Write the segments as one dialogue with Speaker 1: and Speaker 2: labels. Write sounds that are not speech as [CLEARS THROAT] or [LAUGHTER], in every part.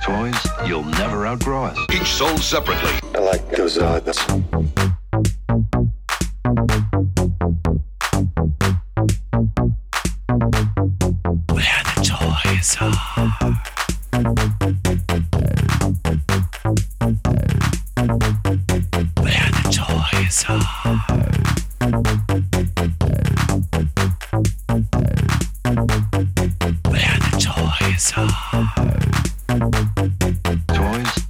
Speaker 1: toys, you'll never outgrow us.
Speaker 2: Each sold separately.
Speaker 3: I like those uh, odds.
Speaker 4: Where the toys are. Where the toys are. Where the toys are.
Speaker 1: Toys,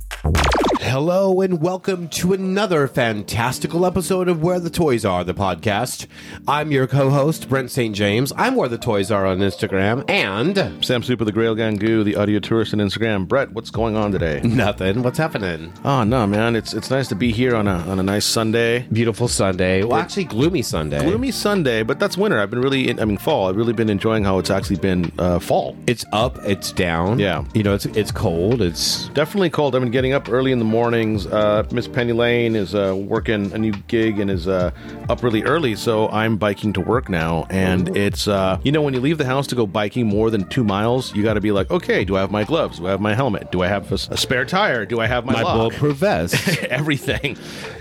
Speaker 5: Hello and welcome to another fantastical episode of Where the Toys Are, the podcast. I'm your co-host Brent St. James. I'm Where the Toys Are on Instagram and
Speaker 6: Sam Super, the Grail Gangoo, the audio tourist on Instagram. Brett, what's going on today?
Speaker 5: [LAUGHS] nothing. What's happening?
Speaker 6: oh no, man, it's it's nice to be here on a on a nice Sunday,
Speaker 5: Beautiful Sunday. Well, actually, gloomy Sunday.
Speaker 6: gloomy Sunday, but that's winter. I've been really, I mean, fall. I've really been enjoying how it's actually been uh, fall.
Speaker 5: It's up. It's down.
Speaker 6: Yeah.
Speaker 5: You know, it's it's cold. It's
Speaker 6: Definitely cold. I've been getting up early in the mornings. Uh, Miss Penny Lane is uh, working a new gig and is uh, up really early, so I'm biking to work now. And it's uh, you know when you leave the house to go biking more than two miles, you got to be like, okay, do I have my gloves? Do I have my helmet? Do I have a, s- a spare tire? Do I have my,
Speaker 5: my
Speaker 6: lock?
Speaker 5: bulletproof vest.
Speaker 6: [LAUGHS] Everything.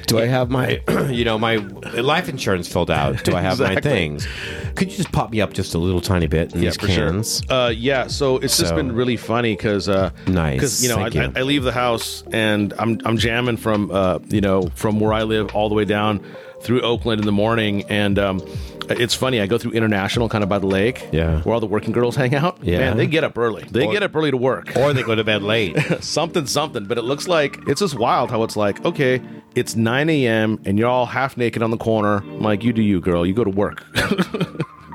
Speaker 5: Do I have my, [CLEARS THROAT] you know, Oh, my life insurance filled out? Do I have my
Speaker 6: Exactly.
Speaker 5: things? Could you just pop me up just a little tiny bit in these
Speaker 6: for sure.
Speaker 5: cans?
Speaker 6: Uh, yeah, so it's
Speaker 5: So-
Speaker 6: just been really funny because uh,
Speaker 5: Nice,
Speaker 6: because you know I,
Speaker 5: thank you.
Speaker 6: I, I leave the house and I'm I'm jamming from uh, you know from where I live all the way down through Oakland in the morning and. Um, it's funny. I go through international, kind of by the lake,
Speaker 5: Yeah.
Speaker 6: where all the working girls [LAUGHS] hang out.
Speaker 5: Yeah.
Speaker 6: Man, they get up early. They
Speaker 5: Or-
Speaker 6: get up early to work. [LAUGHS]
Speaker 5: Or they go to bed late.
Speaker 6: something, something. But it looks like it's just wild how it's like. Okay, it's 9 a.m. and you're all half naked on the corner. I'm like, you do you, girl. You go to work. [LAUGHS]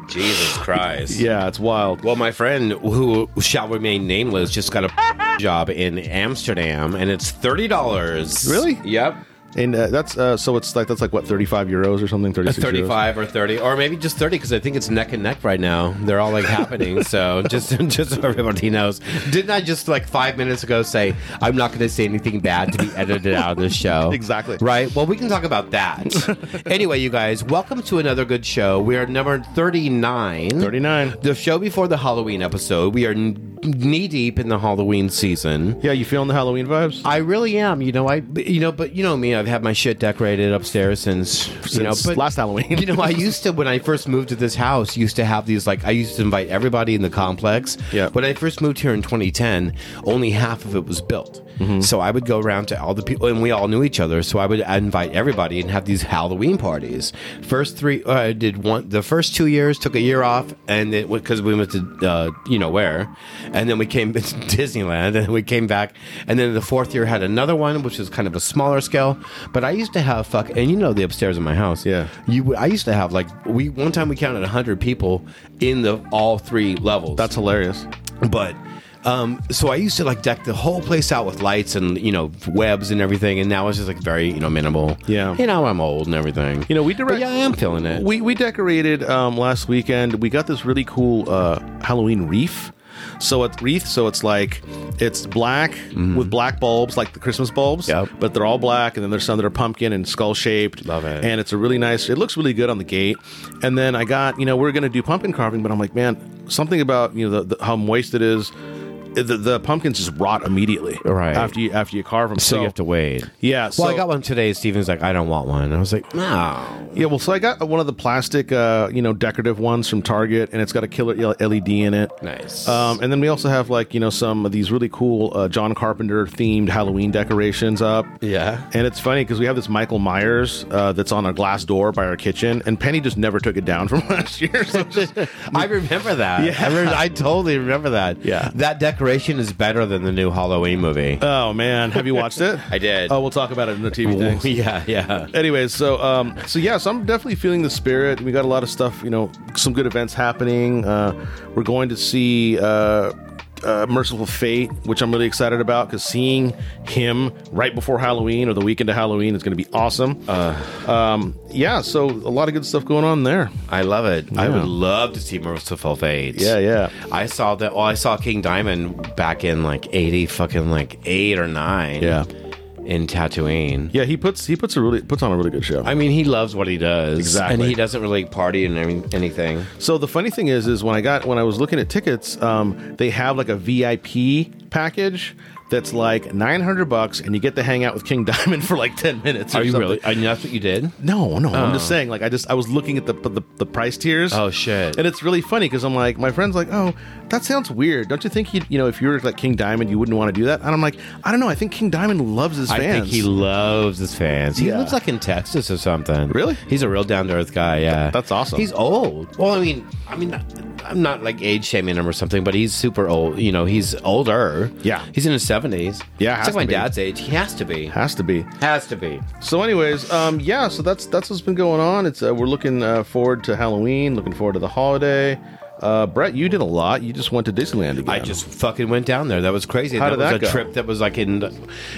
Speaker 5: Jesus Christ.
Speaker 6: yeah, it's wild.
Speaker 5: Well, my friend, who shall remain nameless, just got a [LAUGHS] job in Amsterdam, and it's thirty dollars.
Speaker 6: Really?
Speaker 5: Yep.
Speaker 6: And uh, that's uh, so it's like that's like what thirty five euros or something thirty six
Speaker 5: Uh, Thirty-five or thirty, or maybe just thirty, because I think it's neck and neck right now. They're all like happening, so [LAUGHS] just just so everybody knows. Didn't I just like five minutes ago say I'm not going to say anything bad to be edited out of this [LAUGHS] show?
Speaker 6: Exactly.
Speaker 5: Right. Well, we can talk about [LAUGHS] that. anyway, you guys, welcome to another good show. We are number thirty-nine.
Speaker 6: Thirty nine.
Speaker 5: The show before the Halloween episode, we are knee deep in the Halloween season.
Speaker 6: Yeah, you feeling the Halloween vibes?
Speaker 5: I really am, you know. I, but, you know, but you know me. I've had my shit decorated upstairs since, you know,
Speaker 6: Since
Speaker 5: but
Speaker 6: last
Speaker 5: [LAUGHS]
Speaker 6: Halloween.
Speaker 5: you know, I used to when I first moved to this house. Used to have these like I used to invite everybody in the complex.
Speaker 6: Yeah.
Speaker 5: When I first moved here in 2010, only half of it was built.
Speaker 6: Mm-hmm.
Speaker 5: So I would go around to all the people, and we all knew each other. So I would invite everybody and have these Halloween parties. First three, uh, I did one. The first two years took a year off, and it because we went to uh, you know where, and then we came [LAUGHS] to Disneyland, and we came back, and then the fourth year had another one, which was kind of a smaller scale. But I used to have fuck, and you know the upstairs in my house,
Speaker 6: Yeah.
Speaker 5: you, would- I used to have like we one time we counted hundred people in the all three levels.
Speaker 6: that's hilarious.
Speaker 5: but um, so I used to like deck the whole place out with lights and you know webs and everything, and now it's just like very you know minimal.
Speaker 6: Yeah.
Speaker 5: you know I'm old and everything.
Speaker 6: You know, we
Speaker 5: but
Speaker 6: direct.
Speaker 5: yeah, I am feeling it.
Speaker 6: We we decorated um, last weekend. We got this really cool uh, Halloween wreath. So it's wreath. So it's like it's black with black bulbs, like the Christmas bulbs.
Speaker 5: Mm-hmm. Yep.
Speaker 6: But they're all black, and then there's some that are pumpkin and skull shaped.
Speaker 5: Love it.
Speaker 6: And it's a really nice. It looks really good on the gate. And then I got you know we are gonna do pumpkin carving, but I'm like man, something about you know the, the, how moist it is. The, the pumpkins just rot immediately
Speaker 5: Right.
Speaker 6: after you after you carve them.
Speaker 5: so, you have to wait.
Speaker 6: Yeah.
Speaker 5: Well, I
Speaker 6: so-
Speaker 5: got one today. Steven's like, I don't want one. And I was like, "Oh, no.
Speaker 6: Yeah, well, so I got one of the plastic, uh, you know, decorative ones from Target, and it's got a killer LED in it.
Speaker 5: Nice.
Speaker 6: Um, and then we also have like you know some of these really cool uh, John Carpenter themed Halloween decorations up.
Speaker 5: Yeah.
Speaker 6: And it's funny because we have this Michael Myers uh, that's on a glass door by our kitchen, and Penny just never took it down from [LAUGHS] last year. So
Speaker 5: [LAUGHS]
Speaker 6: it's just,
Speaker 5: I remember that. I, remember, I totally remember that.
Speaker 6: Yeah.
Speaker 5: That decoration is better than the new Halloween movie.
Speaker 6: oh man, have you watched it?
Speaker 5: I did.
Speaker 6: Oh, we'll talk about it in the TV
Speaker 5: [LAUGHS]
Speaker 6: things.
Speaker 5: yeah, yeah.
Speaker 6: Anyways, so um, so yeah, so I'm definitely feeling the spirit. We got a lot of stuff, you know, some good events happening. Uh, we're going to see uh, uh, Merciful Fate, which I'm really excited about because seeing him right before Halloween or the weekend of Halloween is going to be awesome. Uh, um, yeah, so a lot of good stuff going on there.
Speaker 5: I love it. I
Speaker 6: Yeah.
Speaker 5: would love to see Merciful Fate.
Speaker 6: Yeah, yeah.
Speaker 5: I saw that. Well, I saw King Diamond back in like eighty, fucking like eight or nine.
Speaker 6: Yeah.
Speaker 5: in Tatooine.
Speaker 6: Yeah, he puts he puts a really puts on a really good show.
Speaker 5: I mean, he loves what he does.
Speaker 6: Exactly.
Speaker 5: and he doesn't really party and any- anything.
Speaker 6: So the funny thing is, is when I got when I was looking at tickets, um, they have like a VIP package that's like 900 bucks and you get to hang out with King [LAUGHS] Diamond for like 10 minutes. Or
Speaker 5: Are you
Speaker 6: something.
Speaker 5: really? I mean, that's what you did.
Speaker 6: No, no. I'm just saying. Like, I just I was looking at the the, the price tiers.
Speaker 5: Oh, shit.
Speaker 6: And it's really funny because I'm like, my friend's like, oh, that sounds weird. Don't you think you you know if you were like King Diamond, you wouldn't want to do that? And I'm like, I don't know. I think King Diamond loves his fans.
Speaker 5: I think he loves his fans. He
Speaker 6: Yeah.
Speaker 5: lives like in Texas or something.
Speaker 6: Really?
Speaker 5: He's a real down to earth guy. Yeah,
Speaker 6: that's awesome.
Speaker 5: He's old. Well, I mean, I mean, I'm not like age shaming him or something, but he's super old. You know, he's older.
Speaker 6: Yeah.
Speaker 5: he's in his seventies.
Speaker 6: Yeah,
Speaker 5: it's like
Speaker 6: has
Speaker 5: my
Speaker 6: to be.
Speaker 5: dad's age. He has to be.
Speaker 6: has to be.
Speaker 5: Has to be.
Speaker 6: So, anyways, um, yeah. So that's that's what's been going on. It's uh, we're looking uh, forward to Halloween. Looking forward to the holiday. Uh, Brett, you did a lot. You just went to Disneyland again.
Speaker 5: I just fucking went down there. That was crazy.
Speaker 6: How
Speaker 5: that
Speaker 6: did
Speaker 5: was
Speaker 6: that
Speaker 5: a
Speaker 6: go?
Speaker 5: trip that was like in.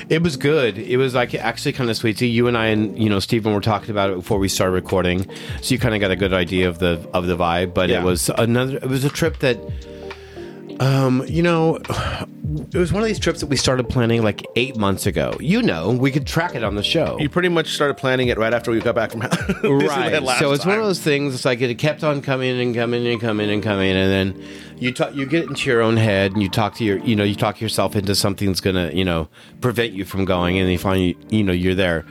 Speaker 5: It was good. It was like actually kind of sweet. So you and I and you know Stephen were talking about it before we started recording, so you kind of got a good idea of the of the vibe. But
Speaker 6: Yeah.
Speaker 5: it was another. It was a trip that. Um, you know, it was one of these trips that we started planning like eight months ago. You know, we could track it on the show.
Speaker 6: You pretty much started planning it right after we got back from [LAUGHS] Disneyland
Speaker 5: Right.
Speaker 6: last
Speaker 5: So it's one of
Speaker 6: time.
Speaker 5: those things. It's like it kept on coming and coming and coming and coming, and then you talk, you get into your own head and you talk to your, you know, you talk yourself into something that's gonna, you know, prevent you from going, and you find you, you know, you're there.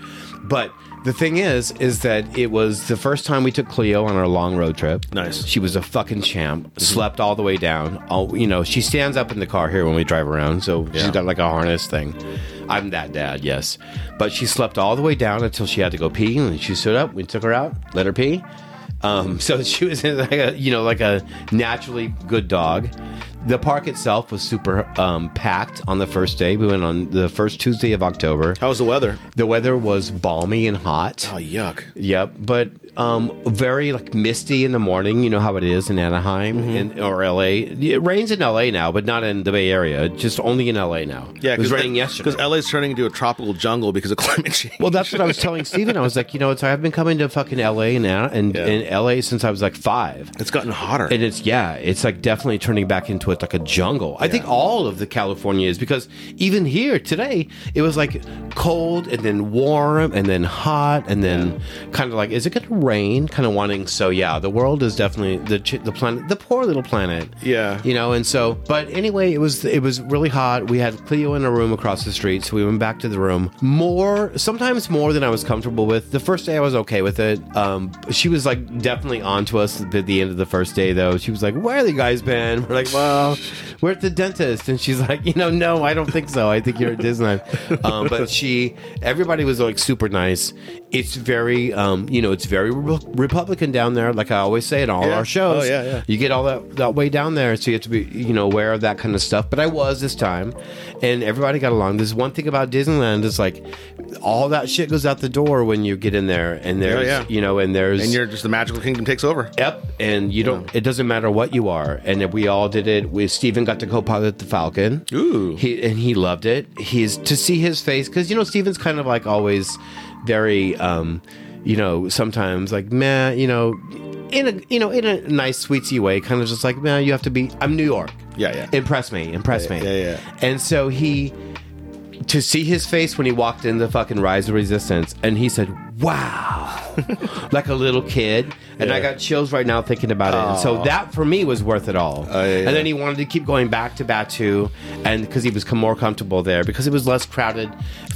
Speaker 5: But the thing is, is that it was the first time we took Cleo on our long road trip.
Speaker 6: Nice. Mm-hmm.
Speaker 5: She was a fucking champ. Slept all the way down. All you know, she stands up in the car here when we drive around, so she's
Speaker 6: Yeah.
Speaker 5: got like a harness thing. I'm that dad, yes. But she slept all the way down until she had to go pee, and she stood up. We took her out, let her pee. Um, [LAUGHS] so she was in like a you know like a naturally good dog. The park itself was super um, packed on the first day. We went on the first Tuesday of October.
Speaker 6: How was the weather?
Speaker 5: The weather was balmy and hot.
Speaker 6: Oh, yuck.
Speaker 5: Yep, but um, very like misty in the morning. You know how it is in Anaheim
Speaker 6: Mm-hmm.
Speaker 5: and or LA. It rains in LA now, but not in the Bay Area. Just only in LA now.
Speaker 6: Yeah,
Speaker 5: it was raining yesterday.
Speaker 6: Because LA's turning into a tropical jungle because of [LAUGHS] climate change.
Speaker 5: well, that's what I was
Speaker 6: [LAUGHS]
Speaker 5: telling Steven. I was like, you know, it's I've been coming to fucking LA and and,
Speaker 6: Yeah.
Speaker 5: and LA since I was like five.
Speaker 6: it's gotten hotter.
Speaker 5: And it's yeah, it's like definitely turning back into it like a jungle. I think all of the California is because even here today it was like cold and then warm and then hot and then kind of like is it going to rain? Kind of wanting so yeah, the world is definitely the ch- the planet the poor little planet.
Speaker 6: Yeah.
Speaker 5: You know, and so but anyway, it was it was really hot. We had Cleo in a room across the street, so we went back to the room. More sometimes more than I was comfortable with. The first day I was okay with it. Um she was like definitely onto us at the end of the first day though. She was like, "Where have you guys been?" We're like, "Well, we're at the dentist." And she's like, "You know, no, I don't think so. I think you're at
Speaker 6: [LAUGHS]
Speaker 5: Disneyland." Um, but she everybody was like super nice. It's very um, you know, it's very re- Republican down there like I always say in all
Speaker 6: Yeah.
Speaker 5: our shows.
Speaker 6: Oh, yeah, yeah.
Speaker 5: You get all that, that way down there, so you have to be, you know, aware of that kind of stuff. But I was this time, and everybody got along. There's one thing about Disneyland is like all that shit goes out the door when you get in there, and there's,
Speaker 6: yeah.
Speaker 5: you know, and there's,
Speaker 6: and you're just the magical kingdom takes over.
Speaker 5: Yep, and you don't. It doesn't matter what you are, and we all did it. We Steven got to co-pilot the Falcon.
Speaker 6: Ooh.
Speaker 5: he and he loved it. He's to see his face because you know Steven's kind of like always very, um, you know, sometimes like man, you know, in a you know in a nice sweetsy way, kind of just like man, you have to be. I'm New York.
Speaker 6: Yeah, yeah.
Speaker 5: Impress me, impress me.
Speaker 6: yeah, yeah.
Speaker 5: And so he to see his face when he walked in the fucking Rise of Resistance, and he said, "Wow," [LAUGHS] like a little kid, and I got chills right now thinking about it. And so that for me was worth it all.
Speaker 6: Oh, yeah, yeah.
Speaker 5: And then he wanted to keep going back to Batu, and because he was com- more comfortable there because it was less crowded.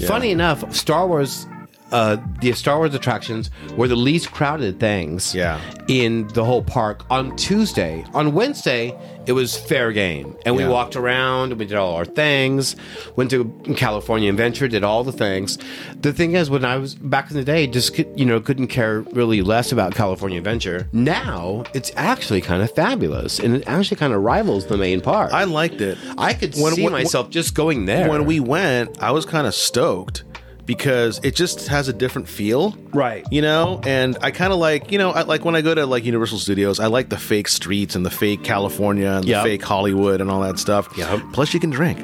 Speaker 5: Funny enough, Star Wars. Uh, the Star Wars attractions were the least crowded things
Speaker 6: Yeah.
Speaker 5: in the whole park on Tuesday. On Wednesday, it was fair game. And we
Speaker 6: Yeah.
Speaker 5: walked around and we did all our things, went to California Adventure, did all the things. The thing is, when I was back in the day, just, could- you know, couldn't care really less about California Adventure. Now, it's actually kind of fabulous and it actually kind of rivals the main park. I,
Speaker 6: I liked it.
Speaker 5: could
Speaker 6: When-
Speaker 5: see
Speaker 6: when-
Speaker 5: myself just going there.
Speaker 6: When we went, I was kind of stoked because it just has a different feel.
Speaker 5: Right.
Speaker 6: You know, and I kind of like, you know, I, like when I go to like Universal Studios, I like the fake streets and the fake California and
Speaker 5: Yep.
Speaker 6: the fake Hollywood and all that stuff.
Speaker 5: Yep.
Speaker 6: Plus you can drink.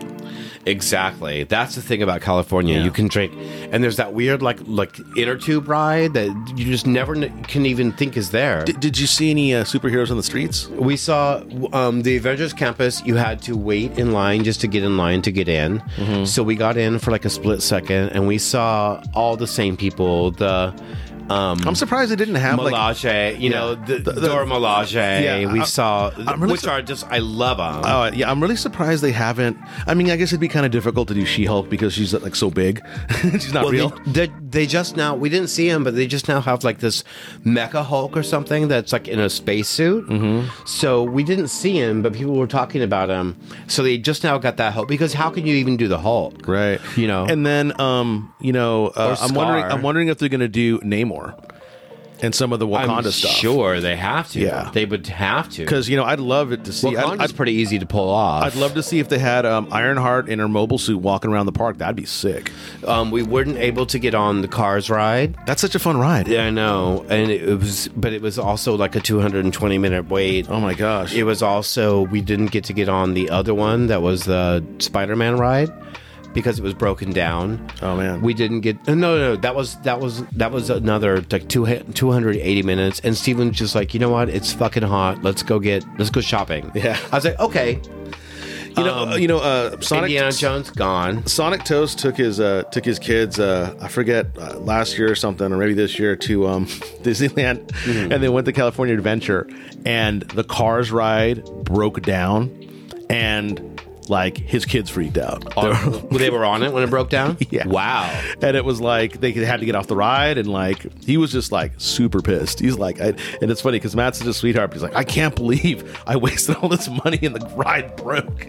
Speaker 5: Exactly. That's the thing about California.
Speaker 6: Yeah.
Speaker 5: You can drink, and there's that weird like like inner tube ride that you just never kn- can even think is there.
Speaker 6: D- did you see any uh, superheroes on the streets?
Speaker 5: we saw um, the Avengers campus. You had to wait in line just to get in line to get in.
Speaker 6: Mm-hmm.
Speaker 5: So we got in for like a split second, and we saw all the same people. The Um,
Speaker 6: I'm surprised they didn't have like
Speaker 5: Melage, you know,
Speaker 6: Yeah.
Speaker 5: the,
Speaker 6: The- the-
Speaker 5: Dora Melage.
Speaker 6: Yeah,
Speaker 5: we
Speaker 6: I-
Speaker 5: saw,
Speaker 6: I'm really
Speaker 5: which
Speaker 6: su-
Speaker 5: are just I love them.
Speaker 6: Oh yeah, I'm really surprised they haven't. I mean, I guess it'd be kind of difficult to do She-Hulk because she's like so big. [LAUGHS] she's not Oh, real.
Speaker 5: They, they, they just now we didn't see him, but they just now have like this Mecha Hulk or something that's like in a spacesuit. Mm-hmm. So we didn't see him, but people were talking about him. So they just now got that Hulk because how can you even do the Hulk?
Speaker 6: right.
Speaker 5: You know.
Speaker 6: And then um, you know, uh,
Speaker 5: Or
Speaker 6: I'm wondering
Speaker 5: Scar.
Speaker 6: I'm wondering if they're going to do Namor and some of the
Speaker 5: I'm
Speaker 6: Wakanda stuff.
Speaker 5: sure they have to.
Speaker 6: Yeah.
Speaker 5: they would have to.
Speaker 6: Cuz you know, I'd love it to see I'd-
Speaker 5: Wakanda's
Speaker 6: I'd,
Speaker 5: pretty easy to pull off.
Speaker 6: I'd love to see if they had um, Ironheart in her mobile suit walking around the park. That'd be sick.
Speaker 5: Um, we weren't able to get on the Cars ride.
Speaker 6: That's such a fun ride.
Speaker 5: Yeah, I know, and it was, but it was also like a 220 minute wait.
Speaker 6: Oh my gosh.
Speaker 5: It was also we didn't get to get on the other one that was the Spider-Man ride because it was broken down.
Speaker 6: Oh, man.
Speaker 5: we didn't get no, no, no. That was that was that was another like two two hundred eighty minutes. And Steven's just like, you know what? It's fucking hot. Let's go get let's go shopping.
Speaker 6: Yeah.
Speaker 5: I was like, okay.
Speaker 6: you know, uh, you know, uh, Sonic
Speaker 5: um, Indiana Jones gone.
Speaker 6: Sonic Toast took his uh, took his kids. Uh, I forget uh, last year or something, or maybe this year to um, [LAUGHS] Disneyland, and they went to California Adventure, and the Cars ride broke down, and like his kids freaked [LAUGHS] out.
Speaker 5: [LAUGHS] they were on it when it broke [LAUGHS] down.
Speaker 6: Yeah.
Speaker 5: Wow.
Speaker 6: And it was like they had to get off the ride, and like he was just like super pissed. He's like, I, and it's funny because Matt's such a sweetheart. But he's like, I can't believe I [LAUGHS] wasted all this money and the ride broke.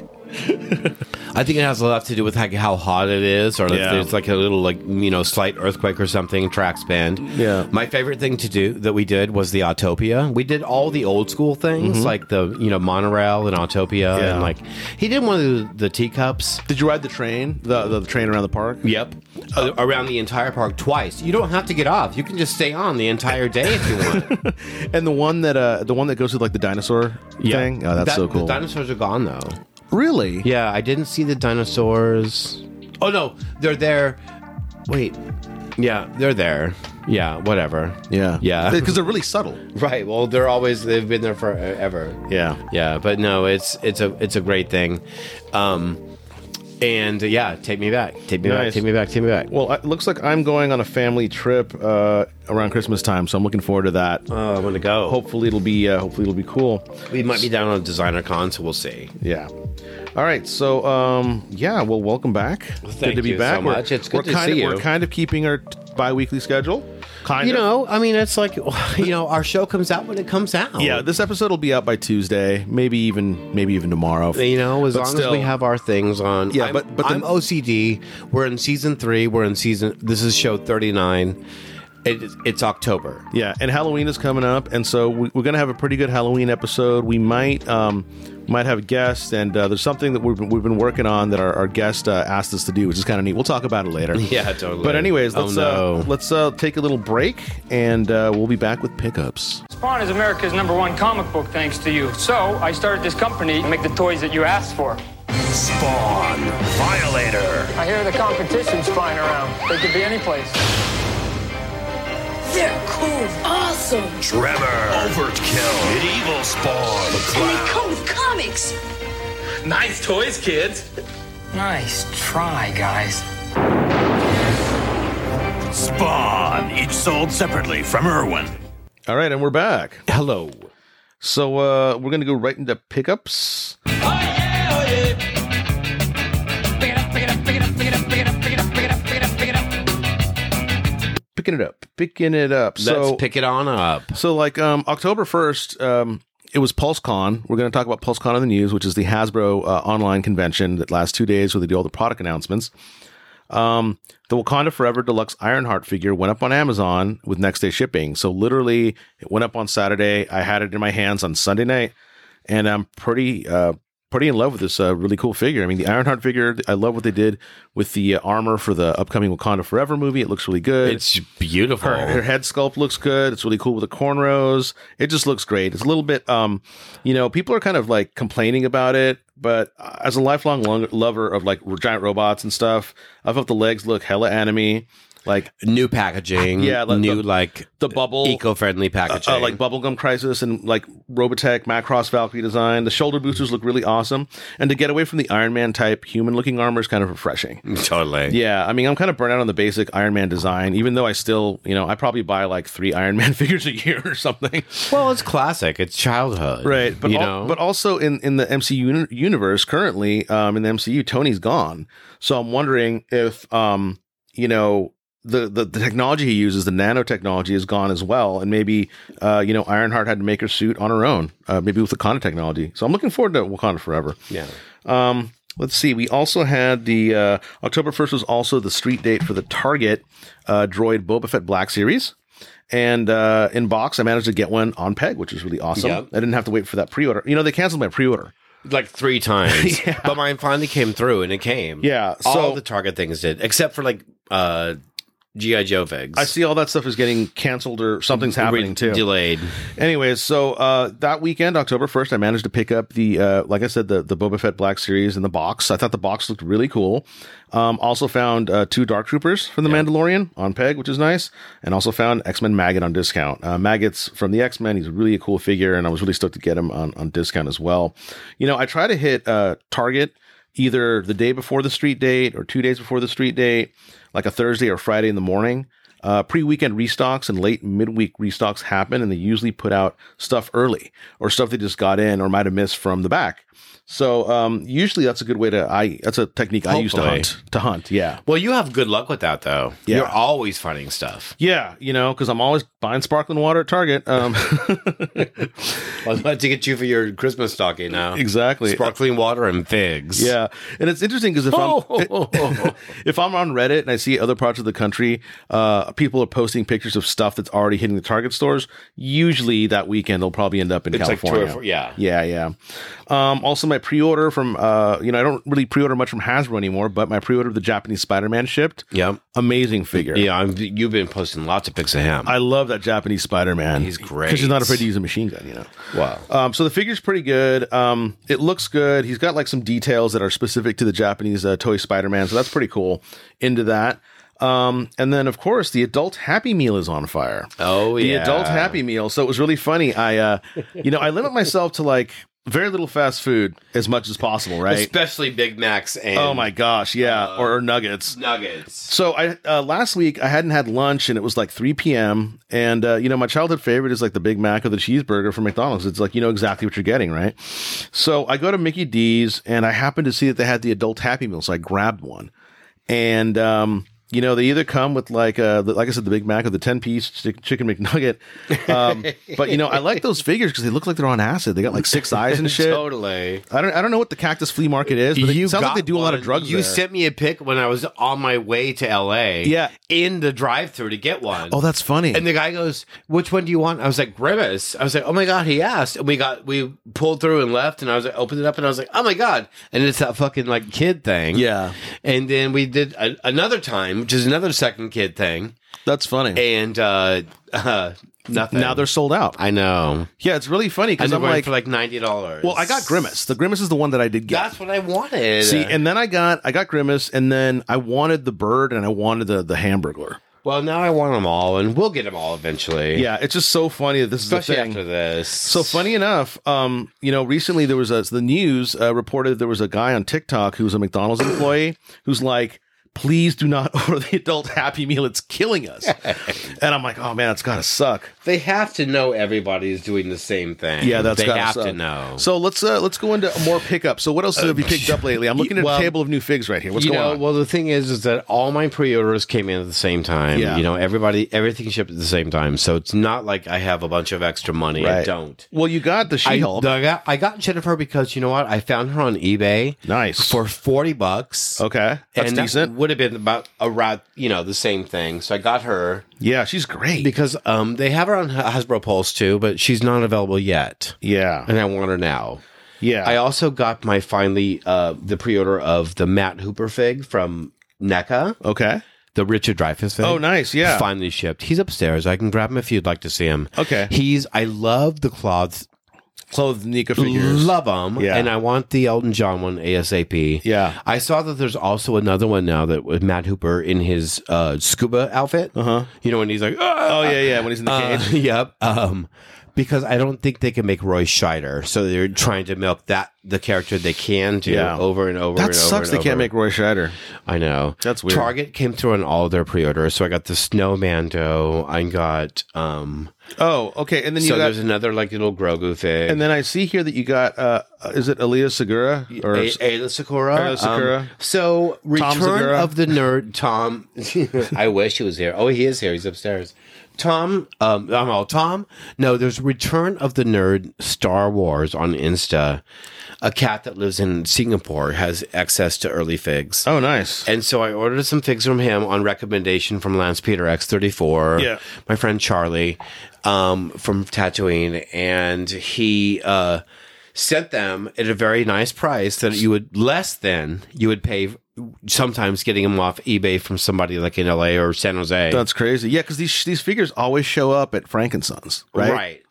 Speaker 5: I think it has a lot to do with like how hot it is, or
Speaker 6: Yeah.
Speaker 5: if there's like a little like you know slight earthquake or something. Track band.
Speaker 6: Yeah.
Speaker 5: My favorite thing to do that we did was the Autopia. We did all the old school things like the you know monorail and Autopia,
Speaker 6: Yeah.
Speaker 5: and like he did one of the, the teacups.
Speaker 6: Did you ride the train? The the, the train around the park?
Speaker 5: Yep, uh, around the entire park twice. You don't have to get off. You can just stay on the entire day if you [LAUGHS] want.
Speaker 6: And the one that uh the one that goes with like the dinosaur thing. Oh, that's
Speaker 5: That-
Speaker 6: so cool.
Speaker 5: The dinosaurs are gone though.
Speaker 6: really?
Speaker 5: Yeah, I didn't see the dinosaurs. Oh no, they're there. Wait. Yeah, they're there. Yeah, whatever.
Speaker 6: Yeah.
Speaker 5: Yeah.
Speaker 6: Because they're really subtle.
Speaker 5: [LAUGHS] Right. Well, they're always they've been there forever.
Speaker 6: Yeah.
Speaker 5: Yeah, but no, it's it's a it's a great thing. Um and uh, yeah, take me back. Take me back.
Speaker 6: Nice.
Speaker 5: Take me back. Take me back.
Speaker 6: Well, it looks like I'm going on a family trip uh around Christmas time, so I'm looking forward to that.
Speaker 5: Oh, I want to go.
Speaker 6: hopefully it'll be uh, hopefully it'll be cool.
Speaker 5: we might be down on designer con, so we'll see.
Speaker 6: Yeah. All right, so um, yeah, well, welcome back.
Speaker 5: thank
Speaker 6: good to be
Speaker 5: you
Speaker 6: back.
Speaker 5: so
Speaker 6: We're-
Speaker 5: much. It's good
Speaker 6: we're
Speaker 5: to
Speaker 6: kind
Speaker 5: see
Speaker 6: of,
Speaker 5: you.
Speaker 6: We're kind of keeping our t- bi-weekly schedule. Kind
Speaker 5: You
Speaker 6: of.
Speaker 5: know, I mean, it's like [LAUGHS] you know, our show comes out when it comes out.
Speaker 6: Yeah, this episode will be out by Tuesday, maybe even maybe even tomorrow.
Speaker 5: you know, as
Speaker 6: But
Speaker 5: long
Speaker 6: still-
Speaker 5: as we have our things on.
Speaker 6: Yeah,
Speaker 5: I'm-
Speaker 6: but- but the-
Speaker 5: I'm OCD. We're in season three. We're in season. This is show thirty nine. It, is- it's
Speaker 6: [LAUGHS]
Speaker 5: October.
Speaker 6: Yeah, and Halloween is coming up, and so we- we're gonna have a pretty good Halloween episode. We might um, might have guests, and uh, there's something that we've been, we've been working on that our, our guest uh, asked us to do, which is kind of neat. We'll talk about it later.
Speaker 5: [LAUGHS] Yeah, totally.
Speaker 6: But anyways,
Speaker 5: Oh,
Speaker 6: let's
Speaker 5: no.
Speaker 6: uh, let's uh, take a little break, and uh, we'll be back with pickups.
Speaker 2: Spawn is America's number one comic book, thanks to you. So I started this company to make the toys that you asked for.
Speaker 3: Spawn, Violator,
Speaker 2: I hear the competition's flying around. They could be any place.
Speaker 7: They're cool, awesome,
Speaker 3: Trevor, Overkill, Medieval Spawn, The
Speaker 7: and they
Speaker 3: Clown,
Speaker 7: come with comics.
Speaker 8: Nice toys, kids.
Speaker 2: Nice try, guys.
Speaker 3: Spawn, each sold separately from Irwin.
Speaker 6: All right, and we're back.
Speaker 5: Hello.
Speaker 6: So uh, we're gonna go right into pickups. Picking it up, picking it up. so
Speaker 5: Let's pick it on up.
Speaker 6: So like um October 1st, um it was PulseCon. We're going to talk about PulseCon in the news, which is the Hasbro uh, online convention that lasts two days where they do all the product announcements. Um, the Wakanda Forever Deluxe Ironheart figure went up on Amazon with next day shipping. So literally, it went up on Saturday. I had it in my hands on Sunday night, and I'm pretty uh, pretty in love with this uh, really cool figure. I mean, the Ironheart figure. I love what they did with the uh, armor for the upcoming Wakanda Forever movie. It looks really good.
Speaker 5: It's beautiful.
Speaker 6: Her, her head sculpt looks good. It's really cool with the cornrows. It just looks great. It's a little bit, um, you know, people are kind of like complaining about it, but uh, as a lifelong long- lover of like giant robots and stuff, I thought the legs look hella anime. like
Speaker 5: New packaging,
Speaker 6: Yeah, like
Speaker 5: new
Speaker 6: the-
Speaker 5: like
Speaker 6: the bubble-
Speaker 5: eco-friendly packaging,
Speaker 6: uh, like Bubblegum Crisis and like Robotech, Macross Valkyrie design. The shoulder boosters look really awesome, and to get away from the Iron Man type human looking armor is kind of refreshing.
Speaker 5: [LAUGHS] totally.
Speaker 6: Yeah, I mean, I'm kind of burnt out on the basic Iron Man design, even though I still, you know, I probably buy like three Iron Man [LAUGHS] figures a year or something.
Speaker 5: Well, it's classic. It's childhood,
Speaker 6: Right, but
Speaker 5: you
Speaker 6: al-
Speaker 5: know,
Speaker 6: but also in in the MCU uni- universe currently, um, in the MCU, Tony's gone. So I'm wondering if, um, you know, the the, the technology he uses, the nanotechnology, is gone as well, and maybe, uh, you know, Ironheart had to make her suit on her own, uh, maybe with Wakanda technology. So I'm looking forward to Wakanda Forever.
Speaker 5: yeah.
Speaker 6: Um, let's see. We also had the uh, October 1st was also the street date for the Target uh, droid Boba Fett Black Series. And uh, in box, I managed to get one on peg, which is really awesome.
Speaker 5: Yep.
Speaker 6: I didn't have to wait for that pre order. You know, they canceled my pre order.
Speaker 5: like three [LAUGHS] times. But mine finally came through, and it came.
Speaker 6: Yeah,
Speaker 5: all
Speaker 6: so-
Speaker 5: the Target things did, except for like uh GI Joe figs.
Speaker 6: I see all that stuff is getting canceled or something's happening too.
Speaker 5: Delayed.
Speaker 6: Anyways, so uh, that weekend, October 1st, I managed to pick up the, uh, like I said, the, the Boba Fett Black Series in the box. I thought the box looked really cool. Um, also found uh, two Dark Troopers from The Mandalorian on Peg, which is nice. And also found X Men Maggot on discount. Uh, Maggot's from the X Men. He's really a cool figure, and I was really stoked to get him on, on discount as well. You know, I try to hit uh, Target either the day before the street date or two days before the street date, like a Thursday or Friday in the morning. Uh, Pre weekend restocks and late midweek restocks happen, and they usually put out stuff early or stuff they just got in or might have missed from the back. So um, usually that's a good way to I that's a technique I used to
Speaker 5: Hopefully.
Speaker 6: hunt to hunt. Yeah,
Speaker 5: Well, you have good luck with that though.
Speaker 6: Yeah.
Speaker 5: You're always finding [LAUGHS] stuff.
Speaker 6: yeah, you know, because I'm always buying sparkling water at Target. Um, [LAUGHS]
Speaker 5: I was about to get you for your Christmas stocking now.
Speaker 6: exactly.
Speaker 5: Sparkling water and figs.
Speaker 6: Yeah, and it's interesting because if
Speaker 5: Oh.
Speaker 6: I'm [LAUGHS] if I'm on Reddit and I see other parts of the country, uh, people are posting pictures of stuff that's already hitting the Target stores. Usually that weekend they'll probably end up in
Speaker 5: It's like two or
Speaker 6: California.
Speaker 5: four- yeah.
Speaker 6: yeah, yeah. Um, also, my pre-order from uh, you know I don't really pre-order much from Hasbro anymore, but my pre-order of the Japanese Spider-Man shipped.
Speaker 5: Yep.
Speaker 6: amazing figure.
Speaker 5: Yeah, I'm, you've been posting lots of pics of him.
Speaker 6: I love that Japanese Spider Man.
Speaker 5: He's great.
Speaker 6: because he's not afraid to use a machine gun. You know.
Speaker 5: Wow.
Speaker 6: Um, so the figure's pretty good. Um, it looks good. He's got like some details that are specific to the Japanese uh, toy Spider Man, so that's pretty cool. Into that. Um, and then of course the adult Happy Meal is on fire.
Speaker 5: Oh,
Speaker 6: the
Speaker 5: yeah.
Speaker 6: adult Happy Meal. So it was really funny. I, uh, you know, I limit myself to like very little fast food as much as possible, right?
Speaker 5: Especially Big Macs and
Speaker 6: Oh my gosh, yeah, or, or nuggets.
Speaker 5: nuggets.
Speaker 6: So I uh, last week I hadn't had lunch and it was like 3 p.m. and uh, you know my childhood favorite is like the Big Mac or the cheeseburger from McDonald's. It's like you know exactly what you're getting, right? So I go to Mickey D's and I happen to see that they had the adult Happy Meal, so I grabbed one. And um, you know they either come with like uh, the, like I said the Big Mac or the 10 piece chick- chicken McNugget.
Speaker 5: [LAUGHS]
Speaker 6: Um, but you know I like those figures because they look like they're on acid. They got like six eyes
Speaker 5: [LAUGHS]
Speaker 6: and shit.
Speaker 5: Totally.
Speaker 6: I don't I don't know what the Cactus Flea Market is, but it sounds like
Speaker 5: got
Speaker 6: they do a lot of
Speaker 5: one.
Speaker 6: drugs.
Speaker 5: You
Speaker 6: there.
Speaker 5: sent me a pic when I was on my way to LA.
Speaker 6: Yeah.
Speaker 5: In the drive through to get one.
Speaker 6: Oh, that's funny.
Speaker 5: and the guy goes, "Which one do you want?" I was like, "Grimace." I was like, "Oh my god!" He asked, and we got we pulled through and left, and I was like, opened it up, and I was like, "Oh my god!" And it's that fucking like kid thing,
Speaker 6: Yeah.
Speaker 5: And then we did a, another time, which is another second kid thing,
Speaker 6: that's funny.
Speaker 5: and uh, [LAUGHS] uh nothing.
Speaker 6: Now they're sold out.
Speaker 5: I know.
Speaker 6: Yeah, it's really funny
Speaker 5: And
Speaker 6: because
Speaker 5: they're
Speaker 6: I'm like,
Speaker 5: for like ninety dollars.
Speaker 6: well, I got Grimace. The Grimace is the one that I did get.
Speaker 5: That's what I wanted.
Speaker 6: See, and then I got I got Grimace, and then I wanted the bird, and I wanted the the Hamburglar.
Speaker 5: well, now I want them all, and we'll get them all eventually.
Speaker 6: Yeah, it's just so funny that this
Speaker 5: especially
Speaker 6: is the thing.
Speaker 5: after this.
Speaker 6: So funny enough, um, you know, recently there was a, the news uh, reported there was a guy on TikTok who's a McDonald's employee [COUGHS] who's like, "Please do not [LAUGHS] order the adult Happy Meal; it's killing [LAUGHS] us." and I'm like, "Oh man, it's gotta suck."
Speaker 5: They have to know everybody's doing the same thing.
Speaker 6: Yeah, that's
Speaker 5: they
Speaker 6: gotta
Speaker 5: have
Speaker 6: suck.
Speaker 5: to know. Uh,
Speaker 6: So let's uh, let's go into more pickups. So what else have you picked up lately? I'm looking at
Speaker 5: well,
Speaker 6: a table of new figs right here. What's
Speaker 5: you
Speaker 6: going
Speaker 5: know,
Speaker 6: on?
Speaker 5: well, the thing is, is that all my pre-orders came in at the same time.
Speaker 6: Yeah.
Speaker 5: You know, everybody, everything shipped at the same time. So it's not like I have a bunch of extra money. I
Speaker 6: Right.
Speaker 5: don't.
Speaker 6: Well, you got the
Speaker 5: I,
Speaker 6: She-Hulk.
Speaker 5: I got, I got Jennifer because you know what? I found her on eBay
Speaker 6: nice.
Speaker 5: for forty bucks.
Speaker 6: okay, that's
Speaker 5: and
Speaker 6: decent.
Speaker 5: That would have been about around, you know, the same thing. So I got her
Speaker 6: yeah, she's great.
Speaker 5: because um, they have her on Hasbro Pulse too, but she's not available yet,
Speaker 6: yeah,
Speaker 5: and I want her now.
Speaker 6: yeah.
Speaker 5: I also got my finally uh, the pre-order of the Matt Hooper fig from NECA,
Speaker 6: okay.
Speaker 5: the Richard Dreyfuss fig.
Speaker 6: Oh, nice. Yeah.
Speaker 5: Finally shipped. He's upstairs. I can grab him if you'd like to see him.
Speaker 6: Okay.
Speaker 5: He's I love the cloth
Speaker 6: clothed Nika figures.
Speaker 5: Love them.
Speaker 6: Yeah.
Speaker 5: And I want the Elton John one ASAP.
Speaker 6: Yeah.
Speaker 5: I saw that there's also another one now that with Matt Hooper in his uh, scuba outfit. Uh huh. You know, and he's like,
Speaker 6: Uh-huh.
Speaker 5: "Ah!"
Speaker 6: oh yeah, yeah. When he's in the
Speaker 5: Uh, [LAUGHS]
Speaker 6: cage,
Speaker 5: yep. Um, because I don't think they can make Roy Scheider, so they're trying to milk that the character they can do
Speaker 6: Yeah.
Speaker 5: over and over.
Speaker 6: that
Speaker 5: and
Speaker 6: sucks.
Speaker 5: Over
Speaker 6: They
Speaker 5: and
Speaker 6: can't
Speaker 5: over.
Speaker 6: make Roy Scheider.
Speaker 5: I know
Speaker 6: That's weird.
Speaker 5: Target came through on all their pre-orders, so I got the Snowmando. I got um.
Speaker 6: Oh, okay. And then you
Speaker 5: so
Speaker 6: got
Speaker 5: there's another like little Grogu thing,
Speaker 6: And then I see here that you got uh is it Aaliyah Segura or
Speaker 5: A- Ayla Sakura. Um,
Speaker 6: Ayla Sakura.
Speaker 5: so Return
Speaker 6: Segura.
Speaker 5: of the Nerd Tom. [LAUGHS] I wish he was here. Oh, he is here. He's upstairs. Tom, um, I'm all Tom. No, there's Return of the Nerd Star Wars on Insta. A cat that lives in Singapore has access to early figs.
Speaker 6: Oh, nice.
Speaker 5: And so I ordered some figs from him on recommendation from Lance Peter X34.
Speaker 6: Yeah.
Speaker 5: My friend Charlie um, from Tatooine. And he uh, sent them at a very nice price that you would less than you would pay sometimes getting them off eBay from somebody like in LA or San Jose.
Speaker 6: That's crazy. Yeah, because these these figures always show up at Frankenstein's, right?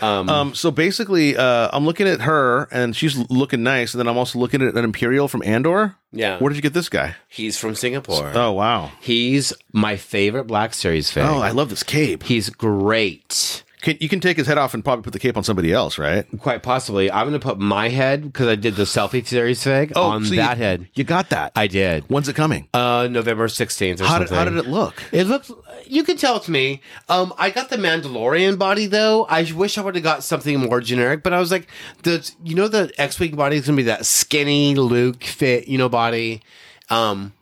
Speaker 6: Um, so basically, uh, I'm looking at her, and she's looking nice, and then I'm also looking at an Imperial from Andor.
Speaker 5: Yeah.
Speaker 6: Where did you get this guy?
Speaker 5: He's from Singapore.
Speaker 6: Oh wow.
Speaker 5: He's my favorite Black Series fig.
Speaker 6: Oh, I love this cape.
Speaker 5: He's great.
Speaker 6: Can, you can take his head off and probably put the cape on somebody else, right?
Speaker 5: Quite possibly. I'm going to put my head because I did the selfie series fig on
Speaker 6: so you-
Speaker 5: that head.
Speaker 6: You got that.
Speaker 5: I did.
Speaker 6: When's it coming?
Speaker 5: Uh, November 16th or
Speaker 6: how
Speaker 5: something.
Speaker 6: did how did it look?
Speaker 5: It looks. You can tell it's me. Um, I got the Mandalorian body though. I wish I would have got something more generic, but I was like, the you know the X Wing body is gonna be that skinny Luke fit, you know, body. Um,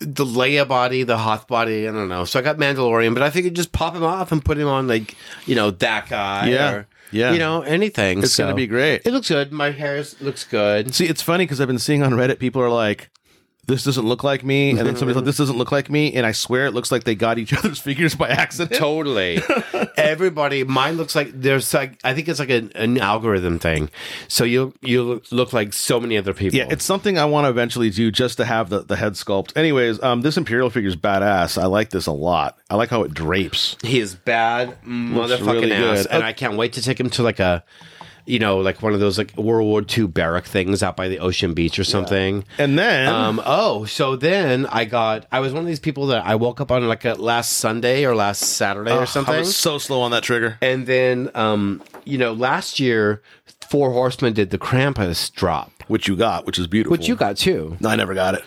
Speaker 5: the Leia body, the Hoth body. I don't know. So I got Mandalorian, but I figured just pop him off and put him on like you know that guy.
Speaker 6: Yeah.
Speaker 5: or,
Speaker 6: Yeah.
Speaker 5: You know anything.
Speaker 6: It's gonna
Speaker 5: So-
Speaker 6: be great.
Speaker 5: It looks good. My hair is- looks good.
Speaker 6: See, it's funny because I've been seeing on Reddit people are like, "This doesn't look like me," and then somebody's like, "This doesn't look like me," and I swear it looks like they got each [LAUGHS] other's figures by
Speaker 5: [LAUGHS]
Speaker 6: accident.
Speaker 5: Totally. Everybody, mine looks like there's like I think it's like an, an algorithm thing. So you you look like so many other people.
Speaker 6: Yeah, it's something I want to eventually do just to have the, the head sculpt. Anyways, um, this Imperial figure is badass. I like this a lot. I like how it drapes.
Speaker 5: he is bad motherfucking
Speaker 6: really
Speaker 5: ass,
Speaker 6: good.
Speaker 5: and
Speaker 6: Uh,
Speaker 5: I can't wait to take him to like a. You know, like one of those like World War II barrack things out by the ocean beach or something.
Speaker 6: And then,
Speaker 5: Um, oh, so then I got, I was one of these people that I woke up on like a last Sunday or last Saturday
Speaker 6: Ugh, I
Speaker 5: or
Speaker 6: was
Speaker 5: something.
Speaker 6: uh, so slow on that trigger.
Speaker 5: and then, um, you know, last year, Four Horsemen did the Krampus drop,
Speaker 6: Which you got, which is beautiful.
Speaker 5: which you got too.
Speaker 6: No, I never got it.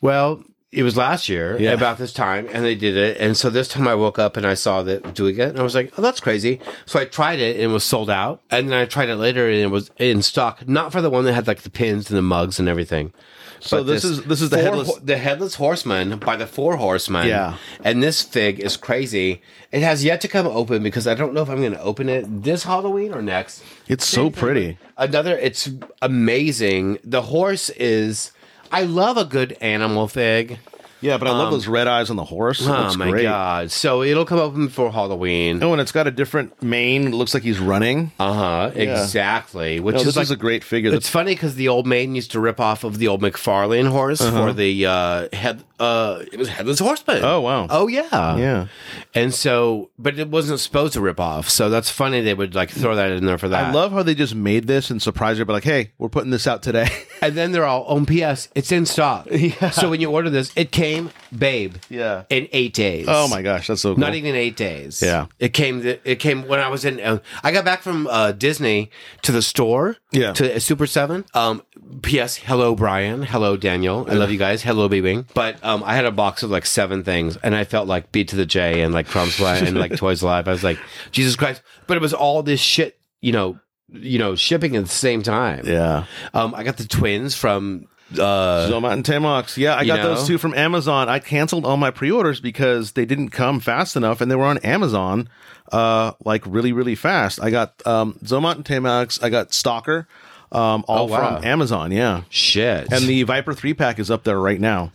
Speaker 5: Well, it was last year
Speaker 6: Yeah.
Speaker 5: about this time, and they did it. And so this time I woke up and I saw that doing it, and I was like, "Oh, that's crazy." So I tried it and it was sold out, and then I tried it later and it was in stock, not for the one that had like the pins and the mugs and everything.
Speaker 6: So
Speaker 5: But
Speaker 6: this is- this is the
Speaker 5: four
Speaker 6: headless-
Speaker 5: ho- the headless horseman by the four horsemen.
Speaker 6: Yeah.
Speaker 5: and this fig is crazy. It has yet to come open because I don't know if I'm going to open it this Halloween or next.
Speaker 6: It's so pretty.
Speaker 5: Another, it's amazing. The horse is. I love a good animal fig.
Speaker 6: Yeah, but I love those red eyes on the horse. It
Speaker 5: Oh
Speaker 6: looks
Speaker 5: my
Speaker 6: great.
Speaker 5: god! So it'll come open before Halloween.
Speaker 6: Oh, and it's got a different mane. It looks like he's running.
Speaker 5: Uh huh. Exactly. Which
Speaker 6: No,
Speaker 5: is
Speaker 6: this
Speaker 5: like
Speaker 6: is a great figure.
Speaker 5: It's
Speaker 6: That's
Speaker 5: funny because the old maiden used to rip off of the old McFarlane horse for the uh, head. Uh, it was headless horseman.
Speaker 6: Uh-huh. Oh, wow.
Speaker 5: Oh yeah.
Speaker 6: Yeah.
Speaker 5: And so, but it wasn't supposed to rip off. So that's funny. They would like throw that in there for that.
Speaker 6: I love how they just made this and surprised her by like, hey, we're putting this out [LAUGHS] today.
Speaker 5: And then they're all, on P.S. It's in
Speaker 6: [LAUGHS]
Speaker 5: stock. So when you order this, it came, babe.
Speaker 6: Yeah.
Speaker 5: In eight days.
Speaker 6: oh my gosh, that's so cool.
Speaker 5: Not even eight days.
Speaker 6: Yeah.
Speaker 5: it came. th- It came when I was in. Uh, I got back from uh, Disney to the store.
Speaker 6: Yeah.
Speaker 5: to uh, Super Seven. Um, P.S. Hello, Brian. Hello, Daniel. I love you guys. Hello, B Wing. But um, I had a box of like seven things, and I felt like B to the J and like Crumbs Fly and like Toys Alive. I was like, Jesus Christ! But it was all this shit. You know. You know, shipping at the same time.
Speaker 6: Yeah.
Speaker 5: Um, I got the twins from. Uh,
Speaker 6: Zomat and Tamox. Yeah, I
Speaker 5: You
Speaker 6: got
Speaker 5: know?
Speaker 6: those two from Amazon. I canceled all my pre-orders because they didn't come fast enough, and they were on Amazon, uh, like really, really fast. I got um, Zomat and Tamox. I got Stalker, um,
Speaker 5: Oh,
Speaker 6: all
Speaker 5: wow.
Speaker 6: from Amazon. Yeah,
Speaker 5: shit.
Speaker 6: and the Viper three pack is up there right now.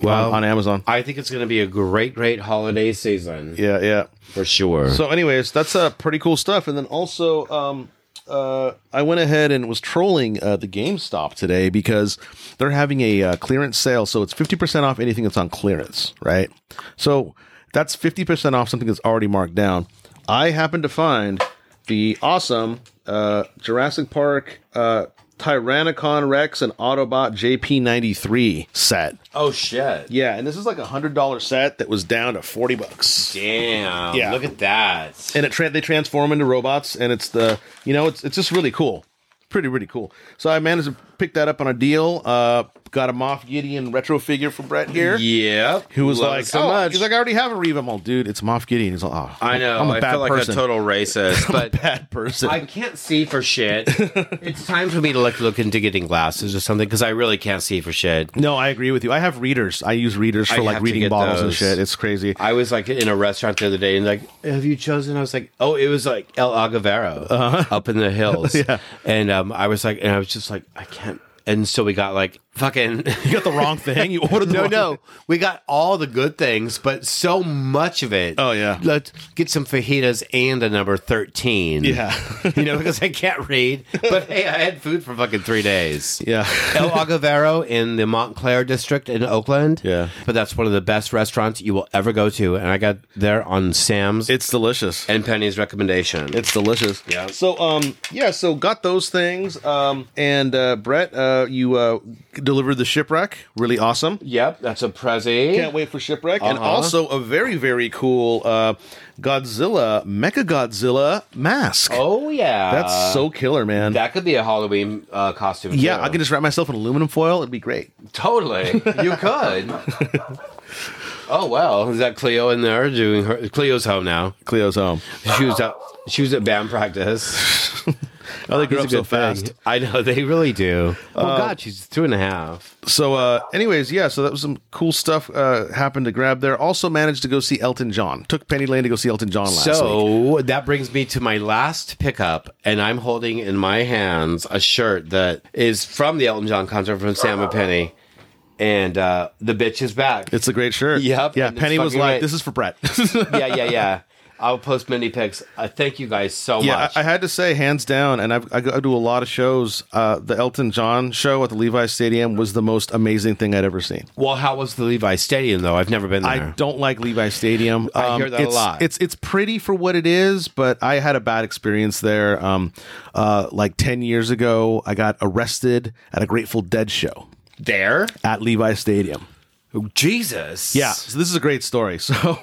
Speaker 6: Wow, on, on Amazon.
Speaker 5: I think it's going to be a great, great holiday season
Speaker 6: yeah, yeah.
Speaker 5: for sure.
Speaker 6: So, anyways, that's uh, pretty cool stuff. And then also, um, uh, I went ahead and was trolling uh, the GameStop today because they're having a uh, clearance sale. So it's fifty percent off anything that's on clearance, right? So that's fifty percent off something that's already marked down. I happened to find the awesome uh, Jurassic Park uh, Tyrannicon Rex and Autobot JP93 set.
Speaker 5: Oh shit!
Speaker 6: Yeah, and this is like a hundred dollar set that was down to forty bucks.
Speaker 5: Damn!
Speaker 6: Yeah.
Speaker 5: Look at that.
Speaker 6: And it tra- they transform into robots, and it's the you know it's it's just really cool, pretty really cool. So I managed to pick that up on a deal. Uh, got a Moff Gideon retro figure for Brett here.
Speaker 5: Yep.
Speaker 6: Who was
Speaker 5: Love
Speaker 6: like,
Speaker 5: it so
Speaker 6: oh,
Speaker 5: much.
Speaker 6: he's like, I already have a Revamol, dude. It's Moff Gideon. He's like, oh,
Speaker 5: I know.
Speaker 6: I'm
Speaker 5: i
Speaker 6: a bad
Speaker 5: feel like
Speaker 6: person.
Speaker 5: a total racist, but
Speaker 6: [LAUGHS] bad person.
Speaker 5: I can't see for
Speaker 6: [LAUGHS]
Speaker 5: shit. it's time for me to like look into getting glasses or something because I really can't see for shit.
Speaker 6: no, I agree with you. I have readers. I use readers
Speaker 5: I
Speaker 6: for
Speaker 5: have
Speaker 6: like
Speaker 5: to
Speaker 6: reading
Speaker 5: get
Speaker 6: bottles and
Speaker 5: those.
Speaker 6: shit. It's crazy.
Speaker 5: I was like in a restaurant the other day and like, have you chosen? I was like, oh, it was like El Agavero up in the hills.
Speaker 6: Uh-huh. [LAUGHS] Yeah.
Speaker 5: And um, I was like, and I was just like, I can't. And so we got like fucking. [LAUGHS]
Speaker 6: You got the wrong thing. You ordered the
Speaker 5: no,
Speaker 6: wrong-
Speaker 5: no. We got all the good things, but so much of it.
Speaker 6: Oh, yeah.
Speaker 5: Let's get some fajitas and a number 13.
Speaker 6: Yeah.
Speaker 5: [LAUGHS] you know, because I can't read. But hey, I had food for fucking three days.
Speaker 6: Yeah. [LAUGHS]
Speaker 5: El Agavero in the Montclair district in Oakland.
Speaker 6: Yeah.
Speaker 5: But that's one of the best restaurants you will ever go to. And I got there on Sam's
Speaker 6: It's delicious.
Speaker 5: and Penny's recommendation.
Speaker 6: It's delicious.
Speaker 5: Yeah.
Speaker 6: So um yeah, so got those things. Um and uh Brett, uh you uh delivered the shipwreck. Really awesome.
Speaker 5: yep, that's a prezi.
Speaker 6: Can't wait for shipwreck. And
Speaker 5: Uh-huh.
Speaker 6: also a very, very cool uh Godzilla, Mecha Godzilla mask.
Speaker 5: Oh, yeah.
Speaker 6: That's so killer, man.
Speaker 5: That could be a Halloween uh, costume.
Speaker 6: yeah,
Speaker 5: too.
Speaker 6: I can just wrap myself in aluminum foil, it'd be great.
Speaker 5: Totally.
Speaker 6: [LAUGHS]
Speaker 5: You could. oh, well. Is that Cleo in there doing her? Cleo's home now.
Speaker 6: Cleo's home.
Speaker 5: She was out. She was at band practice.
Speaker 6: [LAUGHS] Oh, they grew
Speaker 5: It's a
Speaker 6: up so
Speaker 5: good thing.
Speaker 6: fast. Uh,
Speaker 5: I know they really do. Oh God, she's two and a half.
Speaker 6: So, uh, anyways, yeah. So that was some cool stuff uh, happened to grab there. Also managed to go see Elton John. Took Penny Lane to go see Elton John last week.
Speaker 5: So that brings me to my last pickup, and I'm holding in my hands a shirt that is from the Elton John concert from Sam and Penny, and uh, the bitch is back.
Speaker 6: It's a great shirt.
Speaker 5: Yep,
Speaker 6: Yeah.
Speaker 5: and it's
Speaker 6: Penny was
Speaker 5: fucking
Speaker 6: like,
Speaker 5: right.
Speaker 6: "This is for Brett."
Speaker 5: [LAUGHS]
Speaker 6: [LAUGHS]
Speaker 5: yeah, yeah, yeah. I'll post many pics. Uh, thank you guys so
Speaker 6: yeah.
Speaker 5: much.
Speaker 6: I, I had to say, hands down, and I've, I, go- I do a lot of shows. Uh, the Elton John show at the Levi Stadium was the most amazing thing I'd ever seen.
Speaker 5: well, how was the Levi Stadium though? I've never been there.
Speaker 6: I don't like Levi Stadium. Um,
Speaker 5: I hear that a
Speaker 6: it's-
Speaker 5: lot.
Speaker 6: It's it's pretty for what it is, but I had a bad experience there. Um, uh, like ten years ago, I got arrested at a Grateful Dead show
Speaker 5: there.
Speaker 6: at Levi Stadium.
Speaker 5: Jesus.
Speaker 6: Yeah. So this is a great story. [LAUGHS] So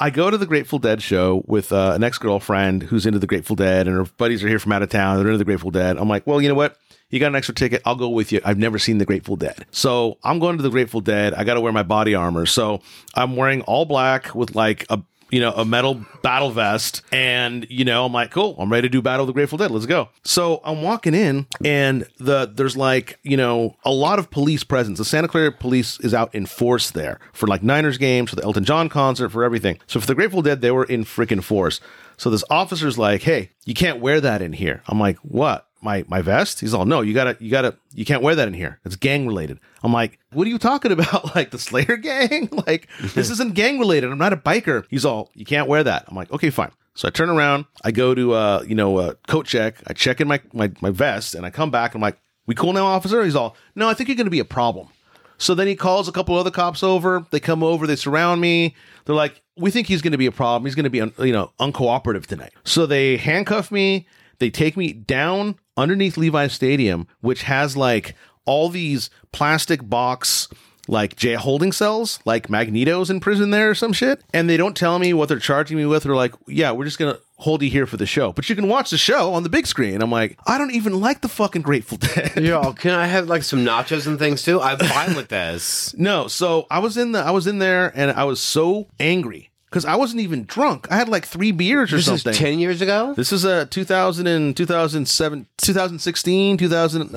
Speaker 6: I go to the Grateful Dead show with uh, an ex girlfriend who's into the Grateful Dead, and her buddies are here from out of town. They're into the Grateful Dead. I'm like, well, you know what? You got an extra ticket. I'll go with you. I've never seen the Grateful Dead. So I'm going to the Grateful Dead. I got to wear my body armor. So I'm wearing all black with like a you know, a metal battle vest. And, you know, I'm like, cool, I'm ready to do Battle of the Grateful Dead. Let's go. So I'm walking in and the there's like, you know, a lot of police presence. The Santa Clara police is out in force there for like Niners games, for the Elton John concert, for everything. So for the Grateful Dead, they were in freaking force. So this officer's like, hey, you can't wear that in here. I'm like, what? my my vest he's all no you gotta you gotta you can't wear that in here it's gang related i'm like what are you talking about [LAUGHS] like the slayer gang [LAUGHS] like this isn't gang related i'm not a biker he's all you can't wear that i'm like okay fine so i turn around i go to uh you know uh, coat check i check in my, my my vest and i come back i'm like we cool now officer he's all no i think you're gonna be a problem so then he calls a couple other cops over. They come over. They surround me. They're like, "We think he's going to be a problem. He's going to be, un- you know, uncooperative tonight." So they handcuff me. They take me down underneath Levi's Stadium, which has like all these plastic box like J holding cells, like Magneto's in prison there or some shit. And they don't tell me what they're charging me with. They're like, "Yeah, we're just going to." Hold you here for the show, but you can watch the show on the big screen. I'm like, I don't even like the fucking Grateful Dead.
Speaker 5: Yo, can I have like some nachos and things too? I'm fine with this.
Speaker 6: [LAUGHS] No, so I was in the I was in there and I was so angry because I wasn't even drunk. I had like three beers or
Speaker 5: This
Speaker 6: something.
Speaker 5: is ten years ago.
Speaker 6: this is a 2000 and 2007, 2016,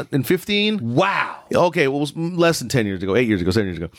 Speaker 6: 2015.
Speaker 5: Wow.
Speaker 6: Okay, well, it was less than 10 years ago, eight years ago, seven years ago.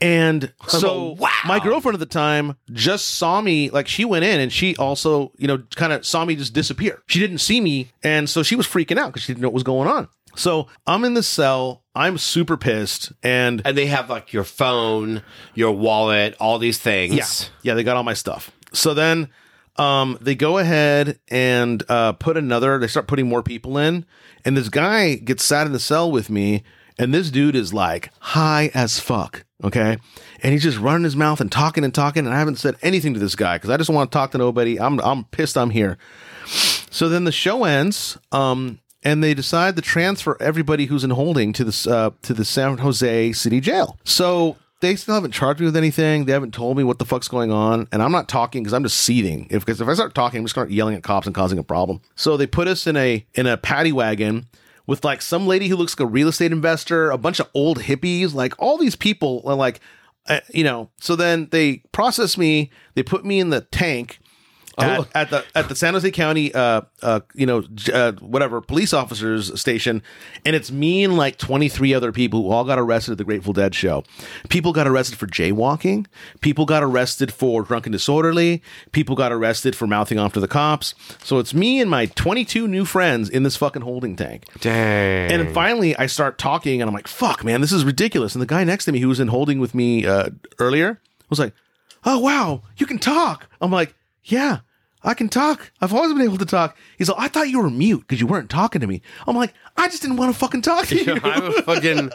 Speaker 6: And so
Speaker 5: wow.
Speaker 6: my girlfriend at the time just saw me, like she went in and she also, you know, kind of saw me just disappear. She didn't see me. And so she was freaking out because she didn't know what was going on. So I'm in the cell. I'm super pissed. And
Speaker 5: and they have like your phone, your wallet, all these things.
Speaker 6: Yeah. Yeah, they got all my stuff. So then um, they go ahead and uh, put another, they start putting more people in. And this guy gets sat in the cell with me. And this dude is like high as fuck. Okay. And he's just running his mouth and talking and talking. And I haven't said anything to this guy because I just want to talk to nobody. I'm, I'm pissed I'm here. So then the show ends, um, and they decide to transfer everybody who's in holding to the uh, to the San Jose City Jail. So they still haven't charged me with anything. They haven't told me what the fuck's going on, and I'm not talking because I'm just seething. If because if I start talking, I'm just going to start yelling at cops and causing a problem. So they put us in a in a paddy wagon with like some lady who looks like a real estate investor, a bunch of old hippies, like all these people are like, uh, you know. So then they process me. They put me in the tank at, at the at the San Jose County, uh, uh, you know, j- uh, whatever police officers station, and it's me and like twenty three other people who all got arrested at the Grateful Dead show. People got arrested for jaywalking. People got arrested for drunken disorderly. People got arrested for mouthing off to the cops. So it's me and my twenty two new friends in this fucking holding tank.
Speaker 5: Dang.
Speaker 6: And finally, I start talking, and I'm like, "Fuck, man, this is ridiculous." And the guy next to me, who was in holding with me uh, earlier, was like, "Oh wow, you can talk." I'm like, "Yeah, I can talk. I've always been able to talk." He's like, "I thought you were mute because you weren't talking to me." I'm like, "I just didn't want to
Speaker 5: [LAUGHS]
Speaker 6: fucking talk to you."
Speaker 5: I'm a fucking.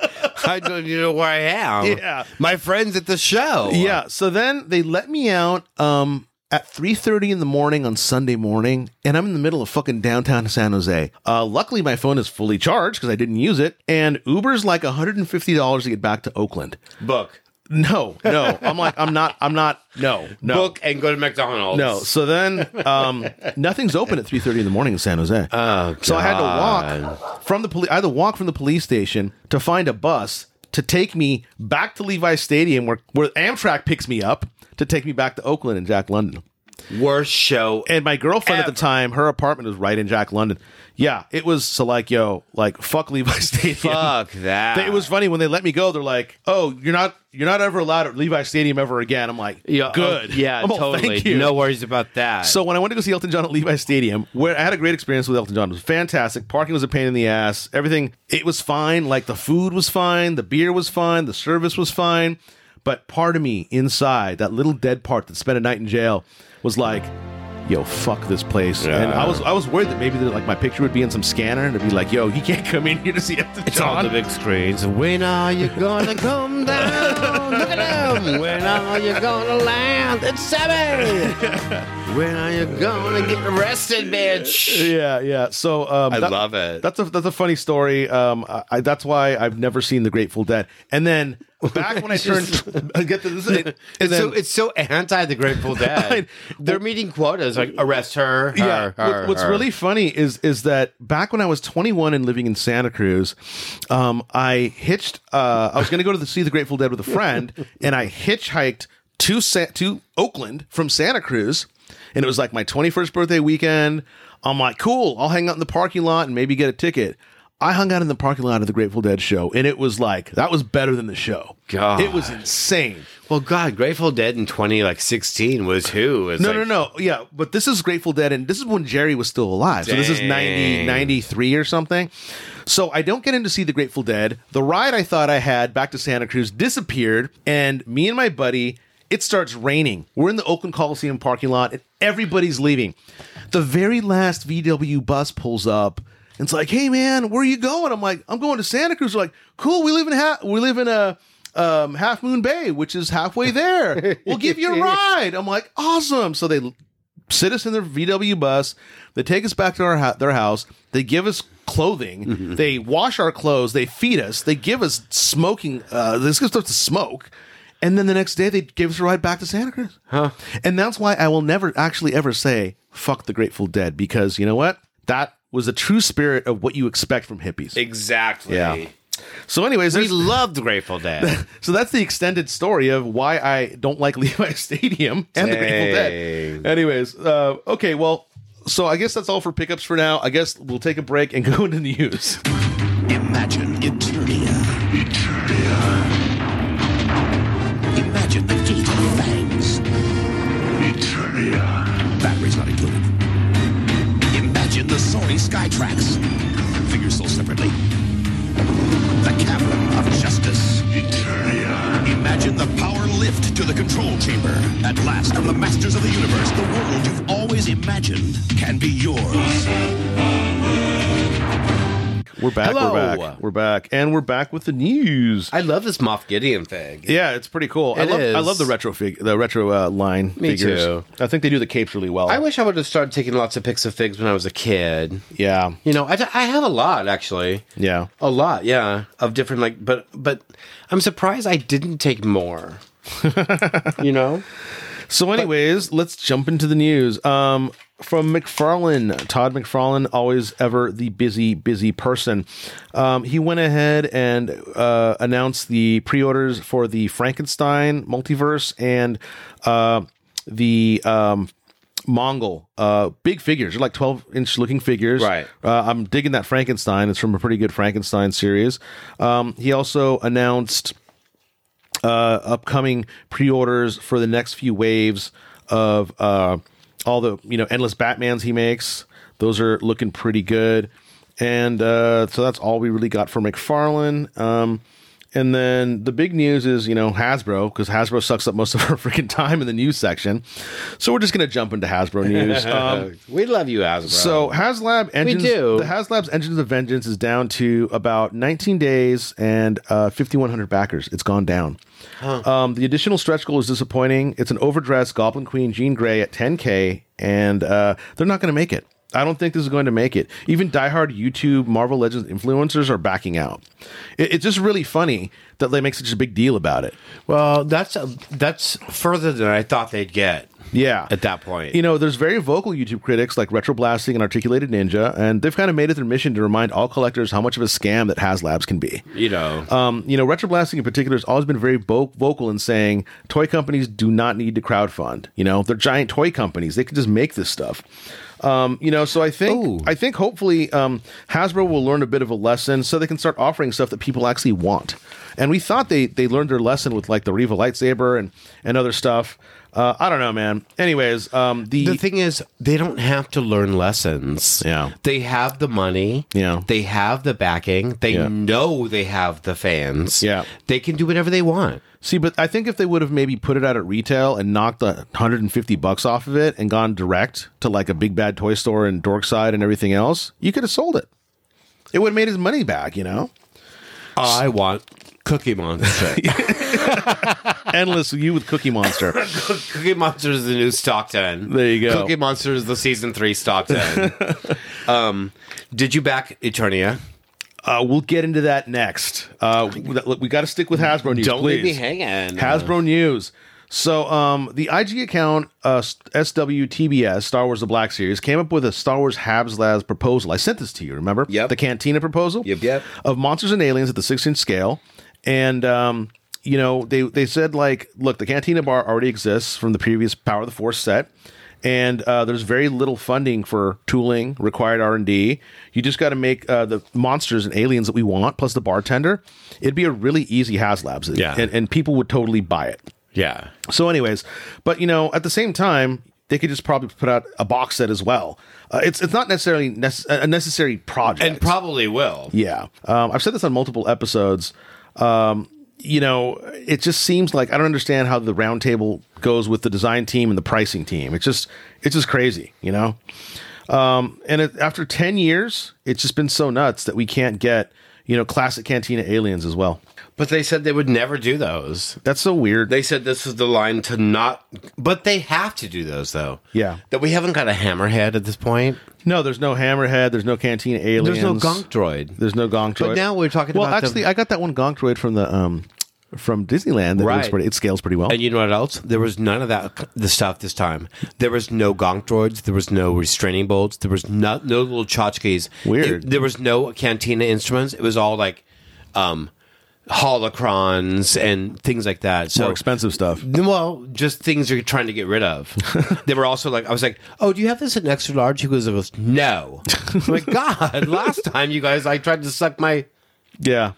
Speaker 5: I don't even know where I am.
Speaker 6: Yeah.
Speaker 5: My friends at the show.
Speaker 6: yeah. So then they let me out. Um. At 3:30 in the morning on Sunday morning, and I'm in the middle of fucking downtown San Jose. Uh, luckily, my phone is fully charged because I didn't use it, and Uber's like 150 dollars to get back to Oakland.
Speaker 5: Book.
Speaker 6: No, no. I'm like, I'm not, I'm not, no, no.
Speaker 5: Book and go to McDonald's.
Speaker 6: No. So then um, nothing's open at 3.30 in the morning in San Jose.
Speaker 5: Oh,
Speaker 6: so I had to
Speaker 5: God.
Speaker 6: walk from the police. I had to walk from the police station to find a bus to take me back to Levi Stadium where, where Amtrak picks me up to take me back to Oakland and Jack London.
Speaker 5: Worst show.
Speaker 6: And my girlfriend at
Speaker 5: Ever.
Speaker 6: the time, her apartment was right in Jack London. Yeah, it was so like, yo, like fuck Levi [LAUGHS]
Speaker 5: [LAUGHS]
Speaker 6: Stadium.
Speaker 5: Fuck that.
Speaker 6: They- it was funny when they let me go. They're like, "Oh, you're not you're not ever allowed at Levi Stadium ever again." I'm like,
Speaker 5: Yeah,
Speaker 6: good,
Speaker 5: oh, yeah,
Speaker 6: [LAUGHS] I'm all,
Speaker 5: totally.
Speaker 6: Thank you.
Speaker 5: No worries about that.
Speaker 6: So when I went to go see Elton John at Levi Stadium, where I had a great experience with Elton John, it was fantastic. Parking was a pain in the ass. Everything it was fine. Like the food was fine, the beer was fine, the service was fine. But part of me inside, that little dead part that spent a night in jail, was like, "Yo, fuck this place." And I was I was worried that maybe that, like my picture would be in some scanner and it'd be like, "Yo, he can't come in here to see Elton
Speaker 5: it's
Speaker 6: John."
Speaker 5: on the big screens. When are you gonna come down? Oh, Look at them. When are you gonna land? It's
Speaker 6: [LAUGHS]
Speaker 5: seven. when are you gonna get arrested, bitch?
Speaker 6: Yeah, yeah. So um,
Speaker 5: I love it.
Speaker 6: That's a that's a funny story. Um, I, I, that's why I've never seen The Grateful Dead. And then back [LAUGHS] when I
Speaker 5: Just-
Speaker 6: turned, I get to this. And [LAUGHS]
Speaker 5: It's
Speaker 6: then-
Speaker 5: so it's so anti the
Speaker 6: [LAUGHS]
Speaker 5: Grateful Dead. They're meeting quotas. Like arrest her. her
Speaker 6: yeah. what-
Speaker 5: her,
Speaker 6: what's
Speaker 5: her.
Speaker 6: really funny is is that back when I was 21 and living in Santa Cruz, um, I hitched. Uh, I was going to go to the, see the Grateful Dead with a friend,
Speaker 5: [LAUGHS]
Speaker 6: and I hitchhiked to Sa- to Oakland from Santa Cruz, and it was like my 21st birthday weekend. I'm like, cool. I'll hang out in the parking lot and maybe get a ticket. I hung out in the parking lot of the Grateful Dead show, and it was like that was better than the show.
Speaker 5: God.
Speaker 6: it was insane.
Speaker 5: Well, God, Grateful Dead in twenty like sixteen was who? It's
Speaker 6: No,
Speaker 5: like,
Speaker 6: no, no. Yeah, but this is Grateful Dead, and this is when Jerry was still alive. So this is 90,
Speaker 5: Dang.
Speaker 6: 93 or something. So I don't get in to see the Grateful Dead. The ride I thought I had back to Santa Cruz disappeared, and me and my buddy, it starts raining. We're in the Oakland Coliseum parking lot, and everybody's leaving. The very last VW bus pulls up. and It's like, hey man, where are you going? I'm like, I'm going to Santa Cruz. They're like, cool. We live in ha- we live in a um, Half Moon Bay, which is halfway there. We'll give you a ride. I'm like, awesome. So they sit us in their VW bus. They take us back to our ho- their house. They give us clothing. They wash our clothes. They feed us. They give us smoking. Uh, they give us stuff to smoke. And then the next day, they give us a ride back to Santa Cruz. And that's why I will never actually ever say "fuck the Grateful Dead" because you know what? That was the true spirit of what you expect from hippies.
Speaker 5: Exactly.
Speaker 6: Yeah. so, anyways,
Speaker 5: We
Speaker 6: there's-
Speaker 5: loved Grateful [LAUGHS] Dead.
Speaker 6: [LAUGHS] so that's the extended story of why I don't like [LAUGHS] Levi Stadium and the Grateful Dead.
Speaker 5: Dang.
Speaker 6: Anyways, uh, okay, well, so I guess that's all for pickups for now. I guess we'll take a break and [LAUGHS] go into news.
Speaker 4: Imagine Eternia. Eternia. Imagine the teeth and fangs. Eternia. Batteries not included. Imagine the Sony Skytrax. Figures sold separately. The Cavern of Justice. Eternia. Imagine the power lift to the control chamber. At last, from the masters of the universe, the world you've always imagined can be yours.
Speaker 6: We're back.
Speaker 5: Hello.
Speaker 6: We're back. We're back, and we're back with the news.
Speaker 5: I love this Moff Gideon thing.
Speaker 6: yeah, it's pretty cool. I
Speaker 5: It
Speaker 6: love. I
Speaker 5: is.
Speaker 6: love the retro fig- the retro uh, line
Speaker 5: Me
Speaker 6: figures.
Speaker 5: too.
Speaker 6: I think they do the capes really well.
Speaker 5: I wish I would have started taking lots of pics of figs when I was a kid.
Speaker 6: yeah,
Speaker 5: You know, I, I have a lot actually.
Speaker 6: yeah.
Speaker 5: A lot, yeah, of different like, but but I'm surprised I didn't take more. [LAUGHS] you know,
Speaker 6: So, anyways, let's jump into the news. Um, from McFarlane, Todd McFarlane, always ever the busy, busy person. Um, he went ahead and uh, announced the pre-orders for the Frankenstein multiverse and uh, the um, Mongol. Uh, big figures, They're like twelve-inch looking figures.
Speaker 5: Right.
Speaker 6: Uh, I'm digging that Frankenstein. It's from a pretty good Frankenstein series. Um, he also announced uh, upcoming pre-orders for the next few waves of uh, all the you know endless Batman's he makes. Those are looking pretty good, and uh, so that's all we really got for McFarlane. Um, and then the big news is you know Hasbro because Hasbro sucks up most of our [LAUGHS] freaking time in the news section, so we're just gonna jump into Hasbro news. Um,
Speaker 5: Uh, we love you, Hasbro.
Speaker 6: so HasLab engines,
Speaker 5: do.
Speaker 6: the HasLab's engines of vengeance is down to about 19 days and uh, 5,100 backers. It's gone down. Um, the additional stretch goal is disappointing. It's an overdressed Goblin Queen Jean Grey at 10k, and uh, they're not going to make it. I don't think this is going to make it. Even diehard YouTube Marvel Legends influencers are backing out. It- it's just really funny that they make such a big deal about it.
Speaker 5: well, that's a, that's further than I thought they'd get.
Speaker 6: Yeah.
Speaker 5: At that point.
Speaker 6: You know, there's very vocal YouTube critics like Retroblasting and Articulated Ninja, and they've kind of made it their mission to remind all collectors how much of a scam that HasLabs can be.
Speaker 5: You know,
Speaker 6: Um, you know, Retroblasting in particular has always been very bo- vocal in saying toy companies do not need to crowdfund. You know, they're giant toy companies; they can just make this stuff. Um, you know, so I think
Speaker 5: Ooh.
Speaker 6: I think hopefully um, Hasbro will learn a bit of a lesson, so they can start offering stuff that people actually want. And we thought they they learned their lesson with like the Reva lightsaber and and other stuff. Uh, I don't know, man. Anyways, um, the,
Speaker 5: the thing is, they don't have to learn lessons.
Speaker 6: Yeah.
Speaker 5: They have the money.
Speaker 6: Yeah.
Speaker 5: They have the backing. They
Speaker 6: Yeah.
Speaker 5: know they have the fans.
Speaker 6: Yeah.
Speaker 5: They can do whatever they want.
Speaker 6: See, but I think if they would have maybe put it out at retail and knocked the 150 bucks off of it and gone direct to like a big bad toy store in Dorkside and everything else, you could have sold it. It would have made his money back, you know? [LAUGHS]
Speaker 5: I want Cookie Monster.
Speaker 6: Endless you with Cookie Monster.
Speaker 5: [LAUGHS] Cookie Monster is the new Stockton.
Speaker 6: There you go.
Speaker 5: Cookie Monster is the season three
Speaker 6: [LAUGHS]
Speaker 5: Stockton. um, did you back Eternia?
Speaker 6: Uh, we'll get into that next. Uh, look, we got to stick with Hasbro news.
Speaker 5: Don't leave
Speaker 6: please.
Speaker 5: me hanging.
Speaker 6: Hasbro news. So, um, the IG account uh, SWTBS Star Wars: The Black Series came up with a Star Wars Habs Labs proposal. I sent this to you. Remember?
Speaker 5: Yep.
Speaker 6: The Cantina proposal.
Speaker 5: Yep, yep.
Speaker 6: Of monsters and aliens at the six-inch scale, and um, you know they they said like, look, the Cantina bar already exists from the previous Power of the Force set. And uh, there's very little funding for tooling, required R and D. You just got to make uh, the monsters and aliens that we want, plus the bartender. It'd be a really easy HasLabs,
Speaker 5: Yeah.
Speaker 6: and, and people would totally buy it.
Speaker 5: Yeah.
Speaker 6: So, anyways, but you know, at the same time, they could just probably put out a box set as well. Uh, it's it's not necessarily nece- a necessary project.
Speaker 5: And probably will.
Speaker 6: yeah, um, I've said this on multiple episodes. Um, you know, it just seems like I don't understand how the roundtable goes with the design team and the pricing team. It's just it's just crazy, you know. Um, and it, after ten years, it's just been so nuts that we can't get you know classic Cantina aliens as well.
Speaker 5: But they said they would never do those.
Speaker 6: That's so weird.
Speaker 5: They said this is the line to not, but they have to do those though.
Speaker 6: Yeah.
Speaker 5: That we haven't got a hammerhead at this point.
Speaker 6: No, there's no Hammerhead. There's no Cantina Aliens.
Speaker 5: There's no gonk droid.
Speaker 6: There's no Gonk Droid.
Speaker 5: But now we're talking
Speaker 6: well,
Speaker 5: about the-
Speaker 6: actually, I got that one Gonk Droid from the um from Disneyland. That
Speaker 5: Right.
Speaker 6: looks pretty, it scales pretty well.
Speaker 5: And you know what else? There was none of that the stuff this time. There was no gonk droids. There was no restraining bolts. There was not no little tchotchkes.
Speaker 6: Weird.
Speaker 5: It- there was no cantina instruments. It was all like um holocrons and things like that. So
Speaker 6: More expensive stuff.
Speaker 5: Well, just things you're trying to get rid [LAUGHS] of. they were also like, I was like, "Oh, do you have this in extra large?" He goes, I goes, "No." I'm [LAUGHS] like, God, last time you guys, I tried to suck [LAUGHS] my.
Speaker 6: Yeah.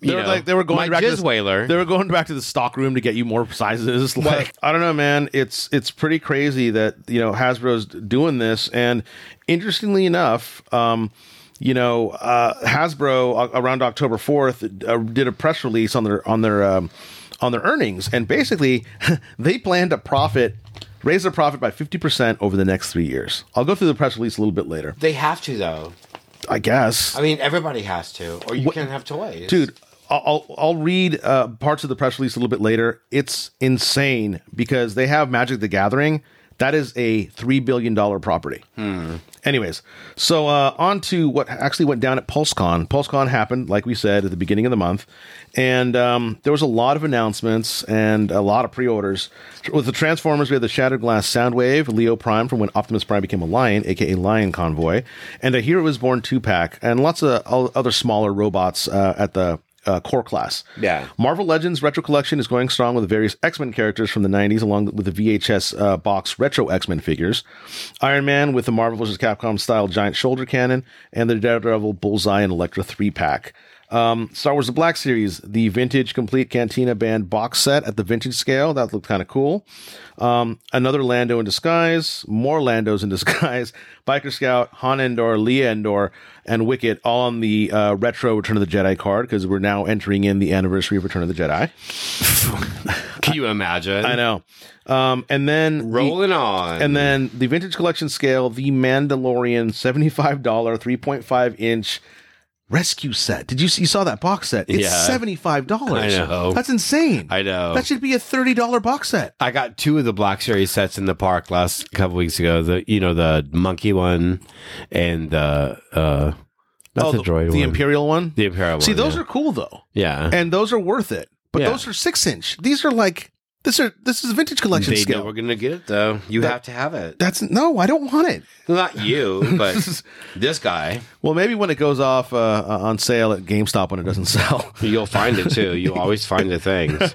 Speaker 6: They
Speaker 5: You
Speaker 6: were
Speaker 5: know,
Speaker 6: like they were going
Speaker 5: my
Speaker 6: back to
Speaker 5: jizz
Speaker 6: the-
Speaker 5: whaler.
Speaker 6: They were going back to the stock room to get you more sizes. [LAUGHS] Like I don't know, man. It's it's pretty crazy that you know Hasbro's doing this. And interestingly enough, um, you know uh, Hasbro uh, around October fourth uh, did a press release on their on their um, on their earnings, and basically [LAUGHS] they plan to profit raise their profit by fifty percent over the next three years. I'll go through the press release a little bit later.
Speaker 5: They have to though.
Speaker 6: I guess.
Speaker 5: I mean, everybody has to, or you can't have toys,
Speaker 6: dude I'll, I'll I'll read uh, parts of the press release a little bit later. It's insane because they have Magic the Gathering. That is a three billion dollar property. Anyways, so uh, on to what actually went down at PulseCon. PulseCon happened, like we said, at the beginning of the month, and um, there was a lot of announcements and a lot of pre-orders. With the Transformers, we had the Shattered Glass Soundwave, Leo Prime from when Optimus Prime became a lion, aka Lion Convoy, and a Hero Is Born two pack, and lots of o- other smaller robots uh, at the uh, core class.
Speaker 5: Yeah.
Speaker 6: Marvel Legends Retro Collection is going strong with various X Men characters from the 90s, along with the VHS uh, box retro X Men figures. Iron Man with the Marvel vs. Capcom style giant shoulder cannon, and the Daredevil, Bullseye, and Elektra 3 pack. Um, Star Wars The Black Series, the vintage complete Cantina Band box set at the vintage scale. That looked kind of cool. Um, another Lando in disguise, more Landos in [LAUGHS] disguise, Biker Scout, Han Endor, Leia Endor, and Wicket all on the uh, retro Return of the Jedi card because we're now entering in the anniversary of Return of the Jedi.
Speaker 5: Can you imagine?
Speaker 6: I know. Um, and then the-
Speaker 5: Rolling on,
Speaker 6: and then the vintage collection scale, the Mandalorian $75, 3.5 inch rescue set. Did you see, you saw that box set? It's
Speaker 5: Yeah.
Speaker 6: $75.
Speaker 5: I know.
Speaker 6: That's insane.
Speaker 5: I know.
Speaker 6: That should be a $30 box set.
Speaker 5: I got two of the Black Series sets in the park last couple weeks ago. The you know the monkey one and the uh, not the, droid
Speaker 6: Oh, the
Speaker 5: one.
Speaker 6: Imperial one?
Speaker 5: the Imperial.
Speaker 6: see,
Speaker 5: one,
Speaker 6: those
Speaker 5: yeah.
Speaker 6: are cool though.
Speaker 5: yeah.
Speaker 6: And those are worth it. But
Speaker 5: Yeah.
Speaker 6: those are six inch. These are like, this are, this is vintage collection
Speaker 5: they
Speaker 6: scale.
Speaker 5: know we're gonna get it though. You
Speaker 6: That-
Speaker 5: have to have it.
Speaker 6: That's no, I don't want it.
Speaker 5: Not you, [LAUGHS] but this guy.
Speaker 6: Well, maybe when it goes off uh, uh, on sale at GameStop when it doesn't [LAUGHS] sell.
Speaker 5: You'll find it too. You always find the [LAUGHS] things.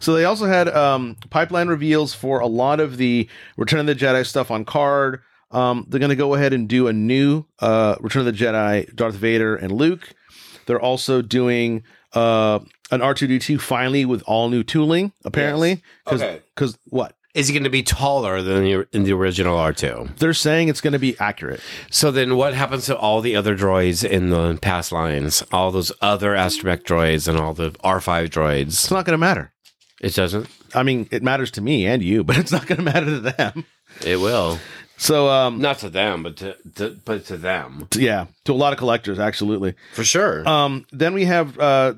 Speaker 6: So they also had um, pipeline reveals for a lot of the Return of the Jedi stuff on card. Um, they're going to go ahead and do a new uh, Return of the Jedi Darth Vader and Luke. They're also doing uh, an R two D two finally with all new tooling apparently because
Speaker 5: Okay.
Speaker 6: because what
Speaker 5: Is he going to be taller than the, in the original R two?
Speaker 6: they're saying it's going to be accurate.
Speaker 5: So then, what happens to all the other droids in the past lines? All those other astromech droids and all the R five
Speaker 6: It's
Speaker 5: droids?
Speaker 6: not going to matter.
Speaker 5: It doesn't.
Speaker 6: I mean, it matters to me and you, but [LAUGHS] it's not going to matter to them.
Speaker 5: It will.
Speaker 6: So um,
Speaker 5: Not to them, but to, to but to them Uh,
Speaker 6: t- yeah, to a lot of collectors, absolutely.
Speaker 5: for sure.
Speaker 6: Um, then we have uh,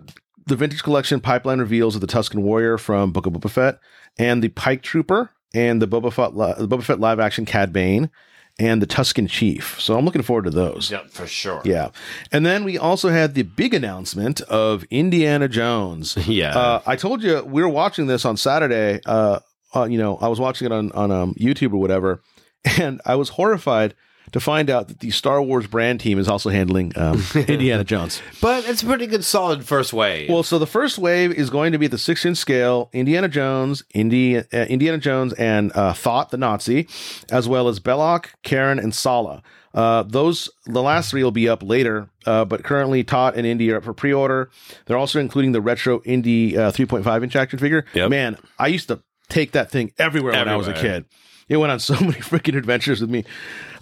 Speaker 6: the vintage collection pipeline reveals of the Tuscan Warrior from Book of Boba Fett, and the Pike Trooper, and the Boba Fett, li- the Boba Fett live action Cad Bane, and the Tuscan Chief. So I'm looking forward to those.
Speaker 5: yeah, for sure.
Speaker 6: Yeah, and then we also had the big announcement of Indiana Jones.
Speaker 5: [LAUGHS] Yeah.
Speaker 6: uh, I told you we were watching this on Saturday. Uh, uh, you know, I was watching it on on um, YouTube or whatever, [LAUGHS] and I was horrified to find out that the Star Wars brand team is also handling
Speaker 5: [LAUGHS]
Speaker 6: um, Indiana Jones.
Speaker 5: But it's a pretty good, solid first wave.
Speaker 6: Well, so the first wave is going to be at the six inch scale. Indiana Jones, Indi- uh, Indiana Jones, and uh, Thought the Nazi, as well as Belloc, Karen, and Sala. Uh, those the last three will be up later, uh, but currently Tot and Indy are up for pre order. They're also including the retro Indy uh, 3.5 inch action figure.
Speaker 5: Yep.
Speaker 6: Man, I used to take that thing everywhere, when I was a
Speaker 5: Everywhere.
Speaker 6: kid. It went on so [LAUGHS] many freaking adventures with me.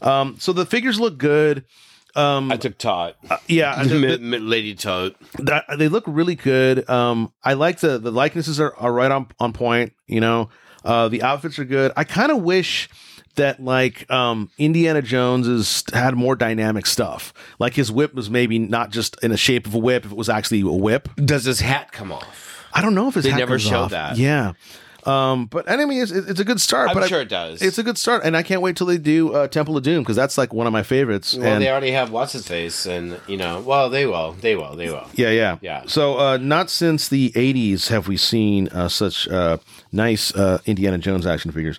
Speaker 6: Um, so the figures look good.
Speaker 5: I took Tot, [LAUGHS]
Speaker 6: Yeah,
Speaker 5: M-
Speaker 6: the-
Speaker 5: M- Lady Tot.
Speaker 6: that, they look really good. Um, I like the the likenesses are, are right on on point. You know, uh, the outfits are good. I kind of wish that like um, Indiana Jones is had more dynamic stuff. Like his whip was maybe not just in the shape of a whip. If it was actually a whip,
Speaker 5: Does his hat come off?
Speaker 6: I don't know if his
Speaker 5: They
Speaker 6: hat
Speaker 5: never
Speaker 6: comes
Speaker 5: showed
Speaker 6: off.
Speaker 5: that.
Speaker 6: Yeah. Um, but anyway, it's, it's a good start.
Speaker 5: I'm
Speaker 6: but I-
Speaker 5: sure it does.
Speaker 6: It's a good start, and I can't wait till they do uh, Temple of Doom because that's like one of my favorites.
Speaker 5: Well,
Speaker 6: and
Speaker 5: they already have what's his face, and you know, well, they will, they will, they will.
Speaker 6: Yeah, yeah,
Speaker 5: Yeah.
Speaker 6: So, uh, not since the '80s have we seen uh, such uh, nice uh, Indiana Jones action figures.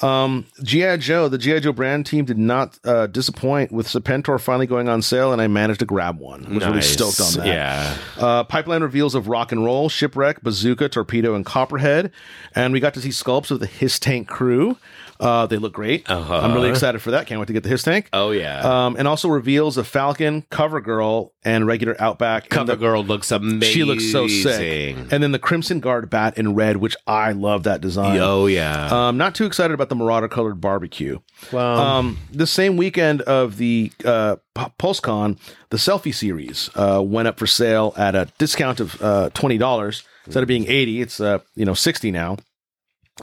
Speaker 6: Um, GI Joe, the GI Joe brand team did not uh, disappoint with Serpentor finally going on sale, and I managed to grab one. I was really stoked on that.
Speaker 5: Yeah,
Speaker 6: Uh, pipeline reveals of Rock and Roll, Shipwreck, Bazooka, Torpedo, and Copperhead, and we got to see sculpts of the His Tank crew. Uh, they look great.
Speaker 5: Uh-huh.
Speaker 6: I'm really excited for that. Can't wait to get the His Tank.
Speaker 5: oh yeah.
Speaker 6: Um, and also reveals of Falcon, Cover Girl, and regular Outback. And
Speaker 5: Cover
Speaker 6: the-
Speaker 5: Girl looks amazing.
Speaker 6: she looks so sick. And uh, then the Crimson Guard bat in red, which I love that design.
Speaker 5: Oh yeah.
Speaker 6: Um, not too excited about the Marauder colored barbecue.
Speaker 5: Well,
Speaker 6: Um, the same weekend of the uh, P- PulseCon, the selfie series uh, went up for sale at a discount of uh, twenty dollars instead of being eighty. It's uh, you know sixty now.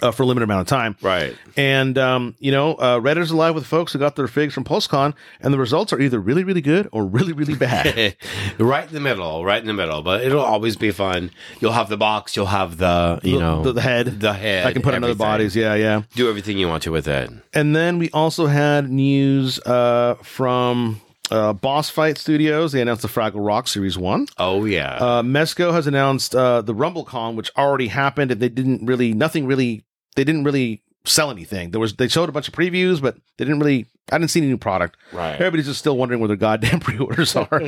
Speaker 6: uh, for a limited amount of time.
Speaker 5: Right. [LAUGHS]
Speaker 6: And, um, you know, uh, Reddit's alive with folks who got their figs from PulseCon, and the results are either really, really good or really, really bad.
Speaker 5: right in the middle, right in the middle. But it'll always be fun. You'll have the box. You'll have the you
Speaker 6: The-
Speaker 5: know
Speaker 6: the, the head.
Speaker 5: the head.
Speaker 6: I can put another
Speaker 5: everything.
Speaker 6: bodies. Yeah, yeah.
Speaker 5: Do everything you want to with it.
Speaker 6: And then we also had news uh, from uh, Boss Fight Studios. They announced the Fraggle Rock Series 1.
Speaker 5: Oh yeah.
Speaker 6: Uh, Mesco has announced uh, the RumbleCon, which already happened, and they didn't really, nothing really, they didn't really sell anything. There was, they showed a bunch of previews, but they didn't really, I didn't see any new product.
Speaker 5: Right.
Speaker 6: Everybody's just still wondering where their goddamn [LAUGHS]
Speaker 5: [LAUGHS]
Speaker 6: pre-orders are.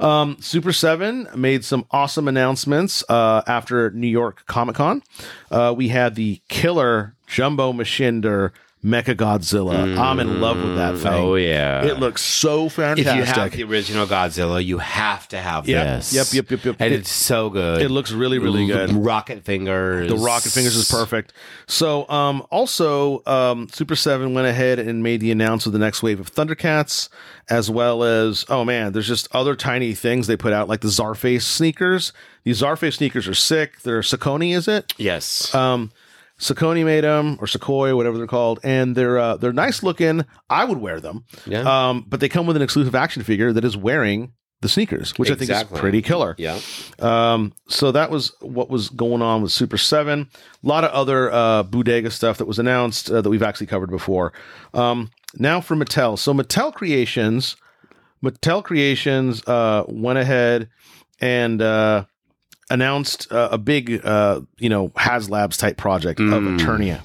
Speaker 6: um, Super Seven made some awesome announcements uh, after New York Comic Con. Uh, we had the killer Jumbo Machinder. Mecha Godzilla. I'm in love with that thing.
Speaker 5: oh, yeah.
Speaker 6: It looks so fantastic.
Speaker 5: if you have the original Godzilla, you have to have
Speaker 6: Yep,
Speaker 5: this.
Speaker 6: yep, yep, yep, yep.
Speaker 5: And
Speaker 6: It-
Speaker 5: it's so good.
Speaker 6: it looks really, really
Speaker 5: L-
Speaker 6: good.
Speaker 5: Rocket fingers.
Speaker 6: The rocket fingers is perfect. So, um, also, um, Super Seven went ahead and made the announce of the next wave of Thundercats, as well as oh man, there's just other tiny things they put out like the Zarface sneakers. These Zarface sneakers are sick. They're Saucony, is it?
Speaker 5: Yes.
Speaker 6: Uh, Saucony made them or Sequoia, whatever they're called, and they're uh, they're nice looking. I would wear them.
Speaker 5: Yeah.
Speaker 6: Um, but they come with an exclusive action figure that is wearing the sneakers, which I think
Speaker 5: Exactly.
Speaker 6: is pretty killer.
Speaker 5: yeah.
Speaker 6: Um, so that was what was going on with Super Seven. A lot of other uh, bodega stuff that was announced uh, that we've actually covered before. Um, now for Mattel. So Mattel Creations, Mattel Creations uh, went ahead and uh, announced uh, a big, uh, you know, HasLabs type project of Eternia.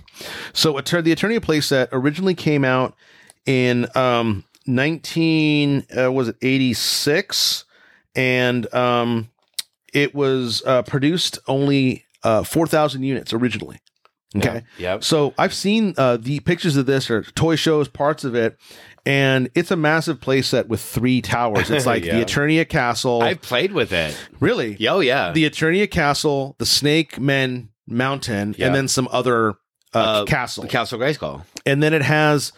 Speaker 6: So Eter- the Eternia playset originally came out in um, 19 uh, was it 86 and um, it was uh, produced only uh, 4,000 units originally. Okay.
Speaker 5: yep.
Speaker 6: So I've seen uh, the pictures of this or toy shows, parts of it, and it's a massive playset with three
Speaker 5: [LAUGHS]
Speaker 6: towers. It's like
Speaker 5: Yeah.
Speaker 6: the Eternia Castle.
Speaker 5: I've played with it.
Speaker 6: really?
Speaker 5: Yeah, Oh yeah.
Speaker 6: The Eternia Castle, the Snake Men Mountain,
Speaker 5: Yeah.
Speaker 6: and then some other
Speaker 5: Uh,
Speaker 6: uh, castle.
Speaker 5: the Castle Grayskull.
Speaker 6: and then it has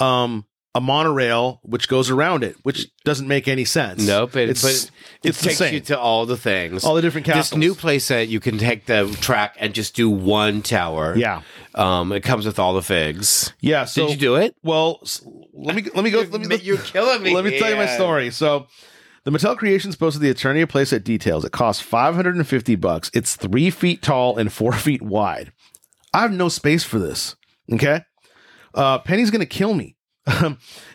Speaker 6: um, a monorail which goes around it, which doesn't make any sense.
Speaker 5: Nope. It,
Speaker 6: it's,
Speaker 5: but it
Speaker 6: it's the
Speaker 5: takes
Speaker 6: same.
Speaker 5: you to all the things.
Speaker 6: All the different
Speaker 5: This
Speaker 6: castles.
Speaker 5: new playset, you can take the track and just do one tower.
Speaker 6: Yeah.
Speaker 5: Um, it comes with all the figs.
Speaker 6: Yeah. So
Speaker 5: Did you do it?
Speaker 6: Well, s- let me let me go.
Speaker 5: [LAUGHS]
Speaker 6: let me,
Speaker 5: You're killing me.
Speaker 6: Let me tell you my
Speaker 5: Yeah.
Speaker 6: story. So. The Mattel Creations posted the Eternia playset details. It costs 550 bucks. It's three feet tall and [LAUGHS] four feet wide. I have no space for this. Okay. Uh, Penny's going to kill me. [LAUGHS]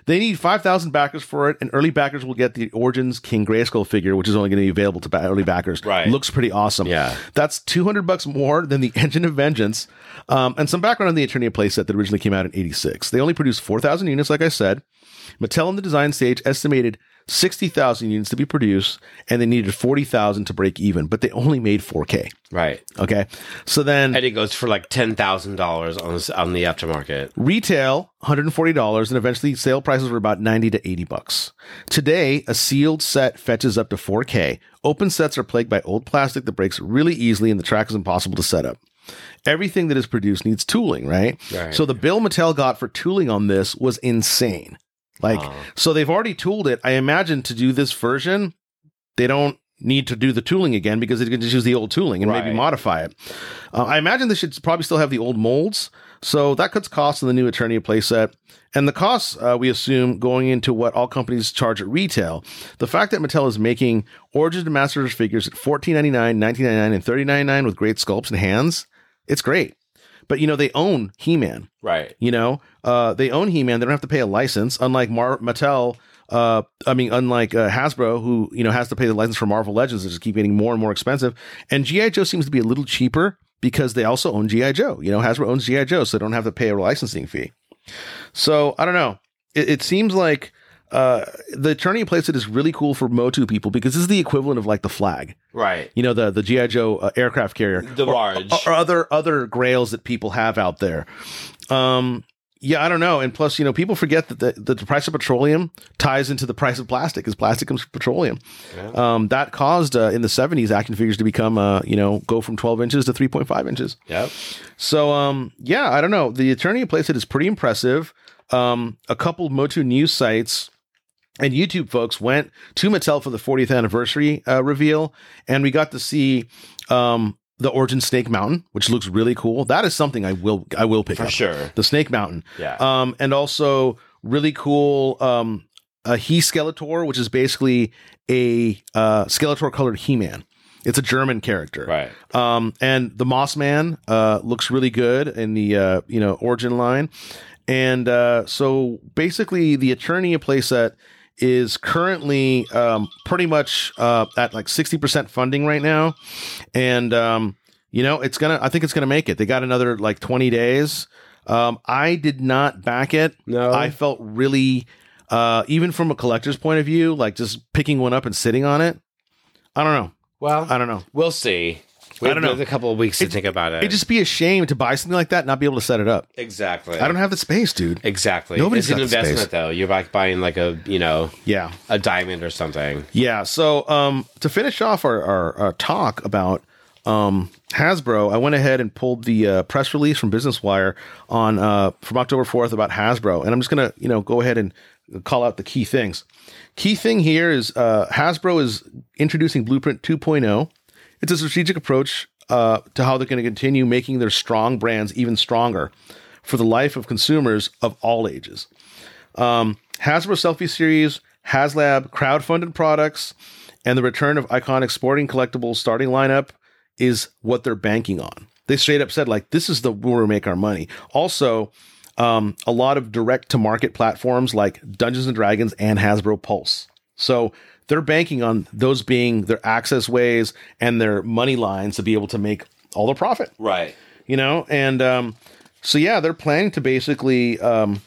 Speaker 6: they need 5,000 backers for it, and early backers will get the Origins King Grayskull figure, which is only going to be available to ba- early backers.
Speaker 5: Right.
Speaker 6: Looks pretty awesome.
Speaker 5: Yeah.
Speaker 6: That's 200 bucks more than the Engine of Vengeance. Um, and some background on the Eternia playset that originally came out in 86. They only produced 4,000 units, like I said. Mattel in the design stage estimated 60,000 units to be produced, and they needed 40,000 to break even, but they only made 4K.
Speaker 5: Right.
Speaker 6: Okay. So then.
Speaker 5: And it goes for like ten thousand dollars on this, on the aftermarket.
Speaker 6: Retail, $140, and eventually sale prices were about 90 to 80 bucks. Today, a sealed set fetches up to 4K. Open sets are plagued by old plastic that breaks really easily and the track is impossible to set up. Everything that is produced needs tooling, right?
Speaker 5: Right.
Speaker 6: So the bill Mattel got for tooling on this was insane. Like, so they've already tooled it. I imagine to do this version, they don't need to do the tooling again because they can just use the old tooling and
Speaker 5: Right.
Speaker 6: maybe modify it. Uh, I imagine they should probably still have the old molds. So that cuts costs in the new Eternia playset. And the costs, uh, we assume, going into what all companies charge at retail. The fact that Mattel is making Origins and Masters figures at $14.99, $19.99, and $30.99 with great sculpts and hands, it's great. But, you know, they own He Man.
Speaker 5: Right.
Speaker 6: You know, uh, they own He Man. They don't have to pay a license, unlike Mar- Mattel. Uh, I mean, unlike uh, Hasbro, who you know has to pay the license for Marvel Legends, which is keep getting more and more expensive. And GI Joe seems to be a little cheaper because they also own GI Joe. You know, Hasbro owns GI Joe, so they don't have to pay a licensing fee. So I don't know. It, it seems like uh, the attorney place it is really cool for Motu people because this is the equivalent of like the flag.
Speaker 5: Right.
Speaker 6: You know, the the GI Joe uh, aircraft carrier
Speaker 5: The barge.
Speaker 6: or other other grails that people have out there. Um, yeah, I don't know. And plus, you know, people forget that the, that the price of petroleum ties into the price of plastic, because plastic comes from petroleum. Um, that caused uh, in the seventies action figures to become, uh, you know, go from twelve inches to three point five inches.
Speaker 5: Yep.
Speaker 6: So, um, yeah, I don't know. The attorney place it is pretty impressive. Um, a couple Motu news sites and YouTube folks went to Mattel for the 40th anniversary uh, reveal, and we got to see um, the Origin Snake Mountain, which looks really cool. That is something I will I will pick
Speaker 5: For
Speaker 6: up.
Speaker 5: sure.
Speaker 6: The Snake Mountain.
Speaker 5: Yeah.
Speaker 6: Um, and also really cool um a He Skeletor, which is basically a uh Skeletor colored He Man. It's a German character.
Speaker 5: Right.
Speaker 6: Um, and the Moss Man uh, looks really good in the uh, you know origin line, and uh, so basically the Eternia playset is currently um, pretty much uh, at like sixty percent funding right now, and um, you know it's gonna I think it's gonna make it. They got another like twenty days. Um, I did not back it.
Speaker 5: No.
Speaker 6: I felt really. Uh, even from a collector's point of view, like just picking one up and sitting on it, I don't know.
Speaker 5: Well,
Speaker 6: I don't know.
Speaker 5: We'll see. We
Speaker 6: I don't know.
Speaker 5: have a couple of weeks to think about it.
Speaker 6: It'd just be a shame to buy something like that, and not be able to set it up.
Speaker 5: exactly.
Speaker 6: I don't have the space, dude.
Speaker 5: Exactly.
Speaker 6: Nobody's
Speaker 5: it's an
Speaker 6: got the
Speaker 5: investment
Speaker 6: space.
Speaker 5: though. You're like buying like a you know
Speaker 6: Yeah,
Speaker 5: a diamond or something.
Speaker 6: yeah. So, um, to finish off our, our, our talk about um, Hasbro, I went ahead and pulled the uh, press release from Business Wire on uh, from October fourth about Hasbro, and I'm just gonna you know go ahead and call out the key things. Key thing here is uh, Hasbro is introducing Blueprint 2.0. It's a strategic approach uh, to how they're going to continue making their strong brands even stronger for the life of consumers of all ages. Hasbro Selfie Series, HasLab crowdfunded products, and the return of iconic sporting collectibles starting lineup is what they're banking on. They straight up said, like, this is the where we make our money. Also, um, a lot of direct to market platforms like Dungeons and Dragons and Hasbro Pulse. So they're banking on those being their access ways and their money lines to be able to make all their profit
Speaker 5: Right.
Speaker 6: you know and um so yeah they're planning to basically um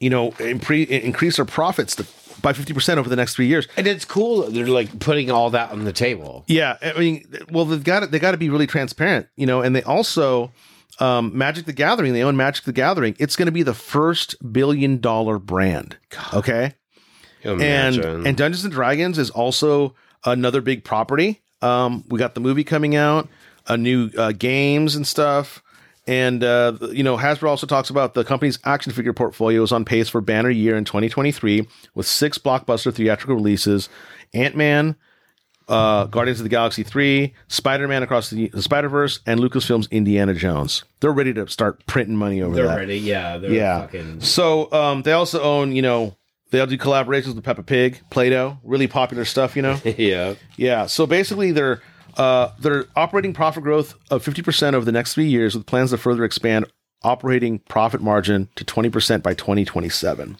Speaker 6: you know impre- increase their profits to, by 50% over the next three years
Speaker 5: And it's cool. that They're like putting all that on the table.
Speaker 6: yeah i mean well they've got they got to be really transparent you know and they also um magic the gathering they own magic the gathering it's going to be the first billion dollar brand okay and
Speaker 5: Imagine.
Speaker 6: and Dungeons and Dragons is also another big property. Um, we got the movie coming out, a new uh, games and stuff, and uh, the- you know Hasbro also talks about the company's action figure portfolio is on pace for banner year in 2023 with six blockbuster theatrical releases: Ant Man, uh, Guardians of the Galaxy three, Spider Man across the Spider Verse, and Lucasfilm's Indiana Jones. They're ready to start printing money over
Speaker 5: they're
Speaker 6: that.
Speaker 5: ready. Yeah. They're
Speaker 6: Yeah.
Speaker 5: Fucking, [LAUGHS]
Speaker 6: So um, they also own, you know, they'll do collaborations with Peppa Pig, Play Doh, really popular stuff,
Speaker 5: [LAUGHS]
Speaker 6: you know?
Speaker 5: yeah.
Speaker 6: yeah. So basically, they're. Uh, their operating profit growth of 50% over the next three years with plans to further expand operating profit margin to 20% by 2027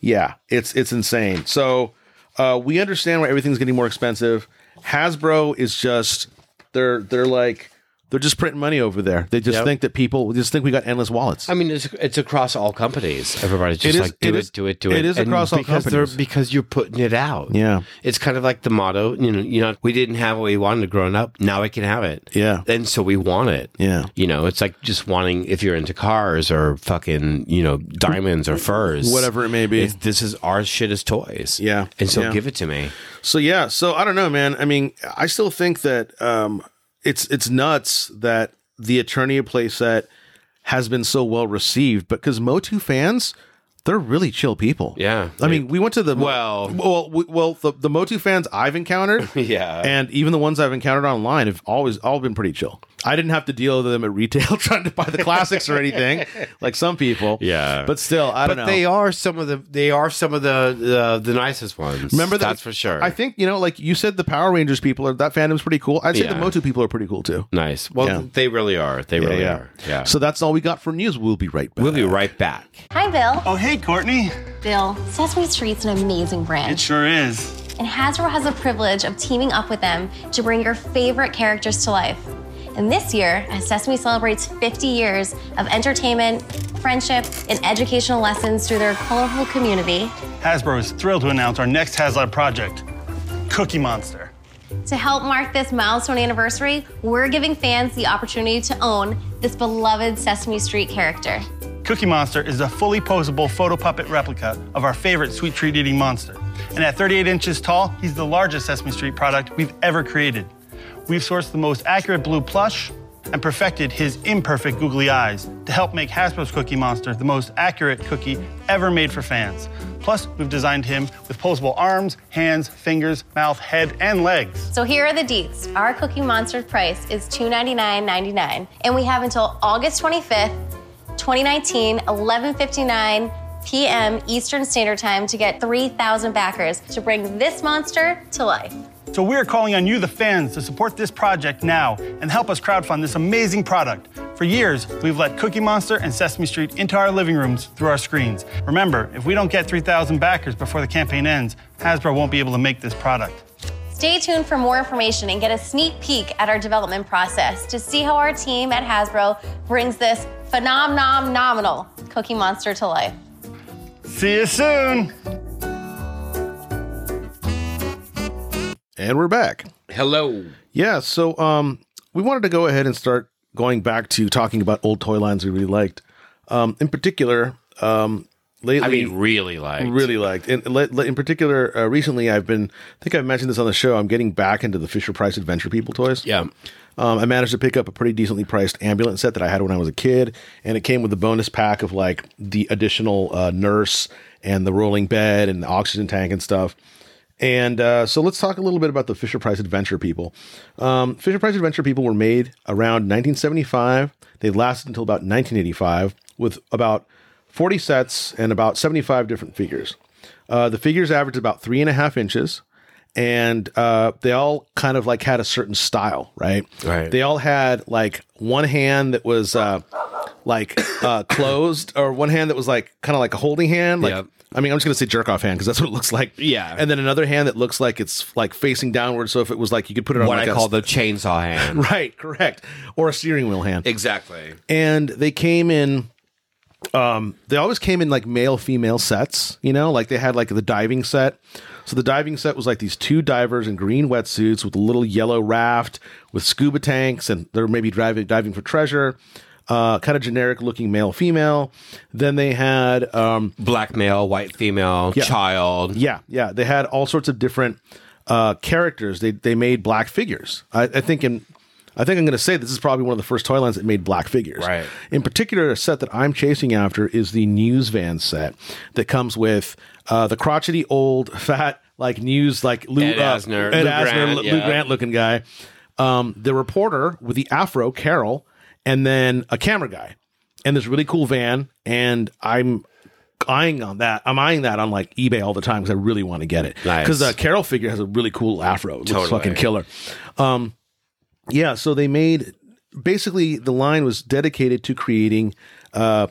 Speaker 6: yeah it's it's insane so uh, we understand why everything's getting more expensive hasbro is just they're they're like they're just printing money over there they just
Speaker 5: Yep.
Speaker 6: think that people just think we got endless wallets
Speaker 5: I mean, it's it's across all companies. Everybody's just
Speaker 6: It is-
Speaker 5: like, do
Speaker 6: it
Speaker 5: it,
Speaker 6: is-
Speaker 5: do it, do
Speaker 6: it
Speaker 5: it.
Speaker 6: is across all
Speaker 5: because they're-
Speaker 6: companies.
Speaker 5: because you're putting it out.
Speaker 6: Yeah.
Speaker 5: it's kind of like the motto. You know, you know, we didn't have what we wanted growing up. Now we can have it.
Speaker 6: Yeah.
Speaker 5: and so we want it.
Speaker 6: Yeah.
Speaker 5: you know, it's like just wanting if you're into cars or fucking you know diamonds or furs,
Speaker 6: Whatever it may be.
Speaker 5: It's- this is our shit as toys.
Speaker 6: Yeah.
Speaker 5: and so
Speaker 6: Yeah.
Speaker 5: give it to
Speaker 6: [LAUGHS]
Speaker 5: me.
Speaker 6: So yeah, so I don't know, man. I mean, I still think that um, it's it's nuts that the Eternia playset has been so well received, but because Motu fans, they're really chill people.
Speaker 5: Yeah.
Speaker 6: I mean, we went to the
Speaker 5: Well-
Speaker 6: well, we- well, the, the Motu fans I've
Speaker 5: [LAUGHS]
Speaker 6: encountered,
Speaker 5: Yeah.
Speaker 6: and even the ones I've encountered online have always all been pretty chill. I didn't have to deal with them at retail [LAUGHS] trying to buy the classics or anything, like some people.
Speaker 5: Yeah.
Speaker 6: but still, I
Speaker 5: but
Speaker 6: don't know.
Speaker 5: they are some of the they are some of the the, the nicest ones.
Speaker 6: Remember that?
Speaker 5: that's for sure.
Speaker 6: I think you know, like you said, the Power Rangers people are that fandom's pretty cool. I'd say the
Speaker 5: Yeah.
Speaker 6: Motu people are pretty cool too.
Speaker 5: nice. Well,
Speaker 6: Yeah.
Speaker 5: they really are. They really
Speaker 6: yeah.
Speaker 5: are. Yeah.
Speaker 6: So that's all we got for news. We'll be right back.
Speaker 5: we'll be right back.
Speaker 9: Hi, Bill.
Speaker 10: Oh, hey, Courtney.
Speaker 9: Bill, Sesame Street's an amazing brand,
Speaker 10: Sure is.
Speaker 9: and Hasbro has the privilege of teaming up with them to bring your favorite characters to life. And this year, as Sesame celebrates 50 years of entertainment, friendship, and educational lessons through their colorful community,
Speaker 10: Hasbro is thrilled to announce our next HasLab project, Cookie Monster.
Speaker 9: to help mark this milestone anniversary, we're giving fans the opportunity to own this beloved Sesame Street character.
Speaker 10: Cookie Monster is a fully posable photo puppet replica of our favorite sweet treat eating monster. And at 38 inches tall, he's the largest Sesame Street product we've ever created. We've sourced the most accurate blue plush, and perfected his imperfect googly eyes to help make Hasbro's Cookie Monster the most accurate cookie ever made for fans. Plus, we've designed him with posable arms, hands, fingers, mouth, head, and legs.
Speaker 9: So here are the deets. Our Cookie Monster price is $299.99, and we have until August 25th, 2019, 11:59 p.m. Eastern Standard Time to get 3,000 backers to bring this monster to life.
Speaker 10: So we are calling on you, the fans, to support this project now and help us crowdfund this amazing product. For years, we've let Cookie Monster and Sesame Street into our living rooms through our screens. Remember, if we don't get 3,000 backers before the campaign ends, Hasbro won't be able to make this product.
Speaker 9: Stay tuned for more information and get a sneak peek at our development process to see how our team at Hasbro brings this phenomenal Cookie Monster to life.
Speaker 10: See you soon!
Speaker 6: And we're back.
Speaker 5: Hello.
Speaker 6: Yeah, so um, we wanted to go ahead and start going back to talking about old toy lines we really liked. Um, in particular, um, lately,
Speaker 11: I mean, really like
Speaker 6: really liked. In, le- le- in particular, uh, recently I've been, I think I've mentioned this on the show. I'm getting back into the Fisher Price Adventure People toys.
Speaker 5: Yeah.
Speaker 6: Um, I managed to pick up a pretty decently priced ambulance set that I had when I was a kid, and it came with a bonus pack of like the additional uh, nurse and the rolling bed and the oxygen tank and stuff. And uh, so let's talk a little bit about the Fisher Price Adventure People. Um, Fisher Price Adventure People were made around 1975. They lasted until about 1985 with about 40 sets and about 75 different figures. Uh, the figures averaged about three and a half inches, and uh, they all kind of like had a certain style, right?
Speaker 5: Right.
Speaker 6: They all had like one hand that was uh, like uh, closed, or one hand that was like kind of like a holding hand. Like,
Speaker 5: Yep.
Speaker 6: I mean, I'm just gonna say jerk off hand because that's what it looks like.
Speaker 5: Yeah.
Speaker 6: And then another hand that looks like it's like facing downward. So if it was like you could put it on
Speaker 5: What
Speaker 6: like
Speaker 5: I
Speaker 6: a-
Speaker 5: call the chainsaw hand.
Speaker 6: [LAUGHS] right, correct, or a steering wheel hand
Speaker 5: Exactly.
Speaker 6: and they came in um they always came in like male female sets you know like they had like the diving set so the diving set was like these two divers in green wetsuits with a little yellow raft with scuba tanks and they're maybe driving diving for treasure uh kind of generic looking male female then they had um
Speaker 5: Black male, white female,
Speaker 6: Yeah.
Speaker 5: child.
Speaker 6: yeah, yeah. They had all sorts of different uh, characters. They they made black figures. I, I think in I think I'm going to say this is probably one of the first toy lines that made black figures.
Speaker 5: Right.
Speaker 6: In particular, a set that I'm chasing after is the news van set that comes with uh, the crotchety old [LAUGHS] fat like news like Lou
Speaker 5: Ed
Speaker 6: uh,
Speaker 5: Asner,
Speaker 6: Ed
Speaker 5: Lou
Speaker 6: Asner,
Speaker 5: Grant,
Speaker 6: Lou
Speaker 5: yeah.
Speaker 6: Grant looking guy, um, the reporter with the afro Carol, and then a camera guy, and this really cool van. And I'm eyeing on that. I'm eyeing that on like eBay all the time because I really want to get it.
Speaker 5: Nice.
Speaker 6: Because the Carol figure has a really cool afro. It looks
Speaker 5: Totally.
Speaker 6: fucking killer. Um, yeah. So they made basically the line was dedicated to creating uh,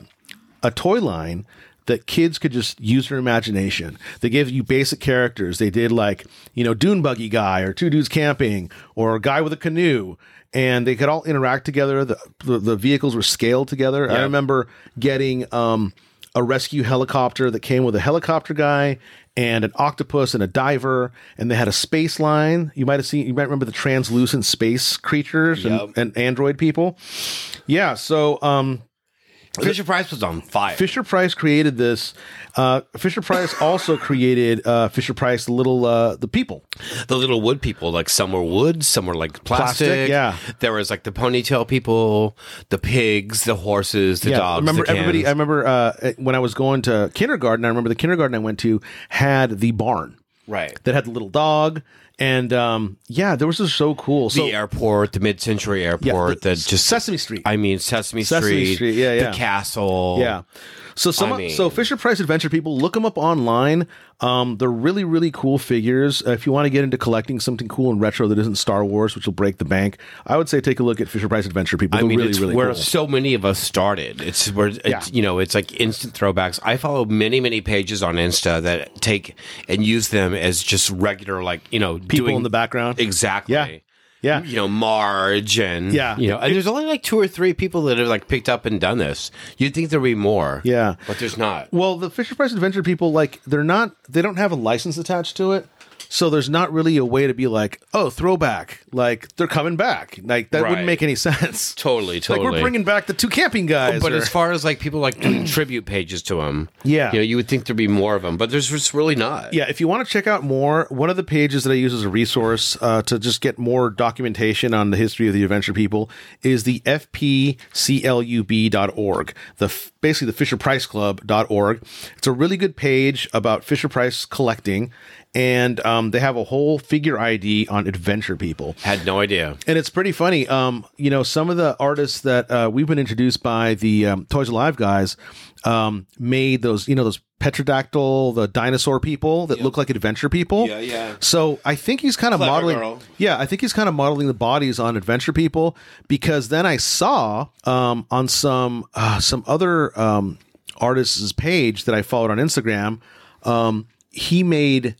Speaker 6: a toy line that kids could just use their imagination. They gave you basic characters. They did like, you know, dune buggy guy or two dudes camping or a guy with a canoe and they could all interact together. The the, the vehicles were scaled together. I remember getting um a rescue helicopter that came with a helicopter guy and an octopus and a diver and they had a space line. You might have seen you might remember the translucent space creatures
Speaker 5: Yep.
Speaker 6: and, and android people. Yeah, so um
Speaker 5: Fisher Price was on fire.
Speaker 6: Fisher Price created this. Uh, Fisher Price also created uh, Fisher Price Little uh, the People.
Speaker 5: the little wood people, like some were wood, some were like plastic.
Speaker 6: Plastic, yeah.
Speaker 5: There was like the ponytail people, the pigs, the horses, the
Speaker 6: I
Speaker 5: dogs.
Speaker 6: remember
Speaker 5: the
Speaker 6: everybody. I
Speaker 5: cans.
Speaker 6: remember uh, when I was going to kindergarten. I remember the kindergarten I went to had the barn
Speaker 5: right.
Speaker 6: that had the little dog, and um, yeah, there was just so cool. So
Speaker 5: the airport, the mid-century airport,
Speaker 6: the-
Speaker 5: that just
Speaker 6: Sesame Street.
Speaker 5: I mean, Sesame,
Speaker 6: Sesame
Speaker 5: Street,
Speaker 6: Street, yeah, yeah.
Speaker 5: the castle,
Speaker 6: Yeah. So some
Speaker 5: I mean-
Speaker 6: so Fisher Price Adventure people look them up online. Um, they're really really cool figures. Uh, if you want to get into collecting something cool and retro that isn't Star Wars, which will break the bank, I would say take a look at Fisher Price Adventure people.
Speaker 5: I
Speaker 6: They're
Speaker 5: mean,
Speaker 6: really
Speaker 5: it's
Speaker 6: really
Speaker 5: where
Speaker 6: cool.
Speaker 5: so many of us started. It's where it's,
Speaker 6: Yeah.
Speaker 5: you know, it's like instant throwbacks. I follow many, many pages on Insta that take and use them as just regular, like you know,
Speaker 6: people
Speaker 5: doing
Speaker 6: in the background.
Speaker 5: Exactly.
Speaker 6: Yeah. Yeah.
Speaker 5: You know, Marge and
Speaker 6: Yeah.
Speaker 5: you know, and there's only like two or three people that have like picked up and done this. You'd think there'd be more.
Speaker 6: Yeah.
Speaker 5: But there's not.
Speaker 6: Well, the Fisher Price Adventure people like they're not they don't have a license attached to it. So there's not really a way to be like, oh, throwback. Like they're coming back. Like that
Speaker 5: Right.
Speaker 6: wouldn't make any [LAUGHS] sense.
Speaker 5: Totally,
Speaker 6: Like
Speaker 5: totally.
Speaker 6: we're bringing back the two camping guys.
Speaker 5: But
Speaker 6: or-
Speaker 5: as far as like people like [CLEARS THROAT] doing tribute pages to him,
Speaker 6: Yeah.
Speaker 5: you know, you would think there'd be more of them, but there's just really not.
Speaker 6: yeah, if you want to check out more, one of the pages that I use as a resource uh, to just get more documentation on the history of the adventure people is the fpclub.org, the f- basically the Fisher Price Club.org. It's a really good page about Fisher Price collecting, and um, they have a whole figure ID on adventure people.
Speaker 5: had no idea.
Speaker 6: and it's pretty funny. Um, you know, some of the artists that uh, we've been introduced by the um, Toys Alive guys um, made those, you know, those petrodactyl, the dinosaur people that look like adventure people.
Speaker 5: Yeah, yeah.
Speaker 6: So I think he's kind of
Speaker 5: Clever
Speaker 6: modeling.
Speaker 5: girl.
Speaker 6: Yeah, I think he's kind of modeling the bodies on adventure people because then I saw um, on some uh, some other um, artist's page that I followed on Instagram. Um, he made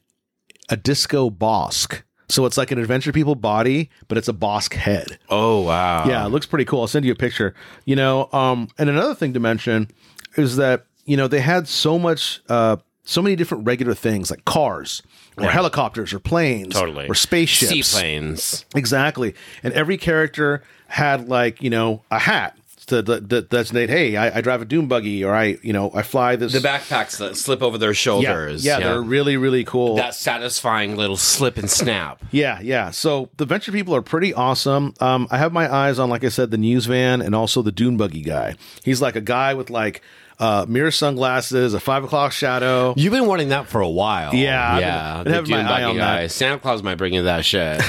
Speaker 6: a disco bosk. So it's like an adventure people body, but it's a bosk head.
Speaker 5: Oh wow.
Speaker 6: Yeah, it looks pretty cool. I'll send you a picture. You know, um, and another thing to mention is that you know they had so much, uh, so many different regular things like cars or helicopters or planes,
Speaker 5: totally.
Speaker 6: or spaceships,
Speaker 5: seaplanes.
Speaker 6: Exactly. And every character had like, you know, a hat to, to, to designate, hey, I, I drive a doom buggy or I, you know, I fly this.
Speaker 5: The backpacks that slip over their
Speaker 6: yeah,
Speaker 5: shoulders.
Speaker 6: yeah, they're really, really cool.
Speaker 5: that satisfying little slip and snap.
Speaker 6: yeah, yeah. So the venture people are pretty awesome. Um, I have my eyes on, like I said, the news van and also the dune buggy guy. He's like a guy with like uh, mirror sunglasses, a five o'clock shadow.
Speaker 5: [LAUGHS] You've been wanting that for a while.
Speaker 6: Yeah, I've
Speaker 5: yeah.
Speaker 6: been- been
Speaker 5: the
Speaker 6: having my
Speaker 5: Dune
Speaker 6: eye
Speaker 5: Buggy
Speaker 6: on that.
Speaker 5: guy. Santa Claus might bring you that
Speaker 6: [LAUGHS]
Speaker 5: shit.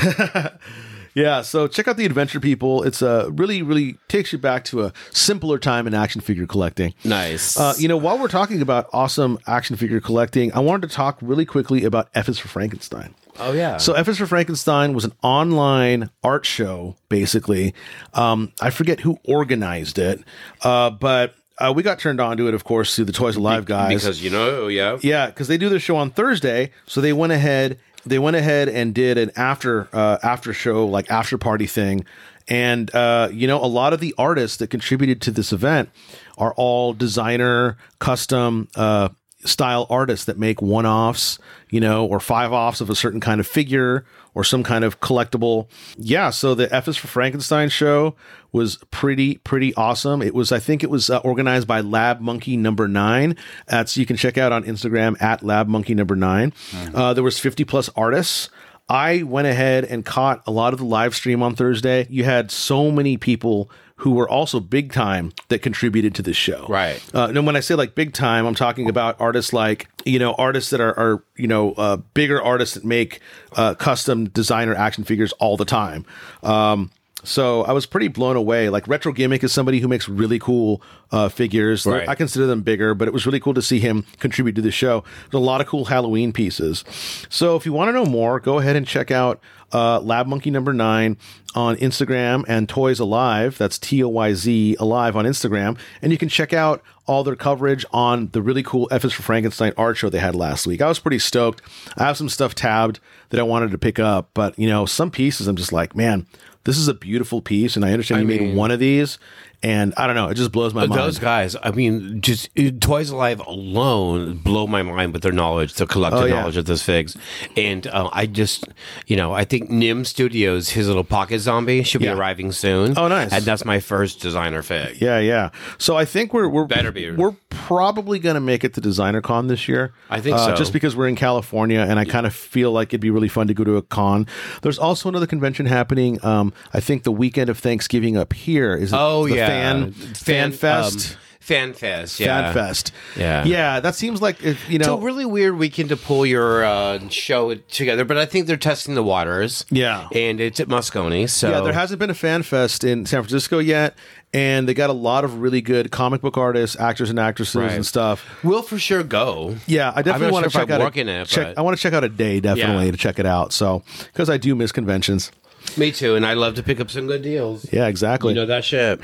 Speaker 6: Yeah, so check out the Adventure People. It's a really, really takes you back to a simpler time in action figure collecting.
Speaker 5: nice.
Speaker 6: Uh, you know, while we're talking about awesome action figure collecting, I wanted to talk really quickly about F is for Frankenstein.
Speaker 5: oh yeah.
Speaker 6: So, F is for Frankenstein was an online art show, basically. Um, I forget who organized it, uh, but uh, we got turned on to it, of course, through the Toys Alive guys.
Speaker 5: because you know, yeah.
Speaker 6: Yeah, because they do their show on Thursday, so they went ahead. They went ahead and did an after uh, after show like after party thing, and uh, you know a lot of the artists that contributed to this event are all designer custom uh, style artists that make one offs, you know, or five offs of a certain kind of figure or some kind of collectible. Yeah, so the F is for Frankenstein show was pretty pretty awesome. It was I think it was uh, organized by Lab Monkey Number Nine. That's you can check out on Instagram at Lab Monkey Number 9 Uh, there was fifty plus artists. I went ahead and caught a lot of the live stream on Thursday. You had so many people who were also big time that contributed to this show.
Speaker 5: Right.
Speaker 6: Uh, and when I say like big time, I'm talking about artists like you know artists that are, are you know uh, bigger artists that make uh, custom designer action figures all the time. Um, so I was pretty blown away. Like Retro Gimmick is somebody who makes really cool uh, figures.
Speaker 5: Right.
Speaker 6: I consider them bigger, but it was really cool to see him contribute to the show. There's a lot of cool Halloween pieces. So if you want to know more, go ahead and check out uh, Lab Monkey Number Nine on Instagram and Toys Alive. That's T O Y Z Alive on Instagram, and you can check out all their coverage on the really cool F is for Frankenstein art show they had last week. I was pretty stoked. I have some stuff tabbed that I wanted to pick up, but you know, some pieces I'm just like, man. This is a beautiful piece, and I understand you made one of these, and I don't know, it just blows my mind.
Speaker 5: Those guys, I mean, just uh, Toys Alive alone blow my mind with their knowledge, their collective
Speaker 6: Oh, yeah.
Speaker 5: knowledge of those figs. And uh, I just, you know, I think Nim Studios, his little pocket zombie, should
Speaker 6: Yeah.
Speaker 5: be arriving soon.
Speaker 6: Oh, nice.
Speaker 5: And that's my first designer fig.
Speaker 6: Yeah, yeah. So I think we're we're
Speaker 5: Better be.
Speaker 6: we're probably going to make it to Designer Con this year. Uh,
Speaker 5: I think so.
Speaker 6: just because we're in California, and I kind of feel like it'd be really fun to go to a con. There's also another convention happening. Um, I think the weekend of Thanksgiving up here is.
Speaker 5: Oh,
Speaker 6: the
Speaker 5: yeah.
Speaker 6: fan fan fest.
Speaker 5: um, fan Fest, yeah.
Speaker 6: Fan fest.
Speaker 5: Yeah.
Speaker 6: Yeah. That seems like, if, you know,
Speaker 5: It's a really weird weekend to pull your uh, show together, but I think they're testing the waters.
Speaker 6: Yeah.
Speaker 5: and it's at Moscone, so
Speaker 6: Yeah, there hasn't been a fan fest in San Francisco yet, and they got a lot of really good comic book artists, actors and actresses
Speaker 5: Right.
Speaker 6: and stuff.
Speaker 5: We'll for sure go.
Speaker 6: Yeah, I definitely
Speaker 5: not
Speaker 6: want to
Speaker 5: sure if
Speaker 6: check
Speaker 5: I
Speaker 6: out.
Speaker 5: work
Speaker 6: a,
Speaker 5: in it,
Speaker 6: check-
Speaker 5: but-
Speaker 6: I want to check out a day definitely
Speaker 5: Yeah.
Speaker 6: to check it out. So because I do miss conventions.
Speaker 5: Me too, and I love to pick up some good deals.
Speaker 6: Yeah, exactly.
Speaker 5: You know that
Speaker 6: [LAUGHS]
Speaker 5: shit.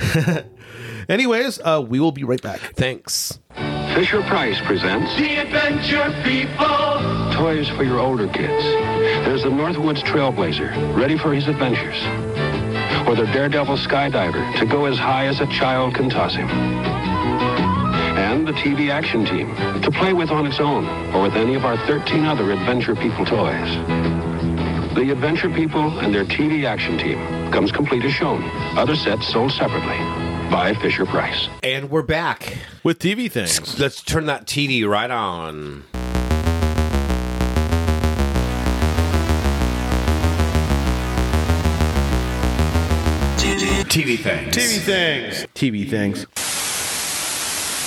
Speaker 6: Anyways, uh, we will be right back.
Speaker 5: Thanks.
Speaker 1: Fisher Price presents
Speaker 8: The Adventure People.
Speaker 1: toys for your older kids. There's the Northwoods Trailblazer, ready for his adventures. Or the Daredevil Skydiver, to go as high as a child can toss him. And and the TV Action Team to play with on its own or with any of our 13 other Adventure People toys. The Adventure People and their TV Action Team comes complete as shown. Other sets sold separately by Fisher Price.
Speaker 5: And we're back.
Speaker 6: with TV things.
Speaker 5: Let's turn that TV right on. TV thing.
Speaker 6: TV things. TV things.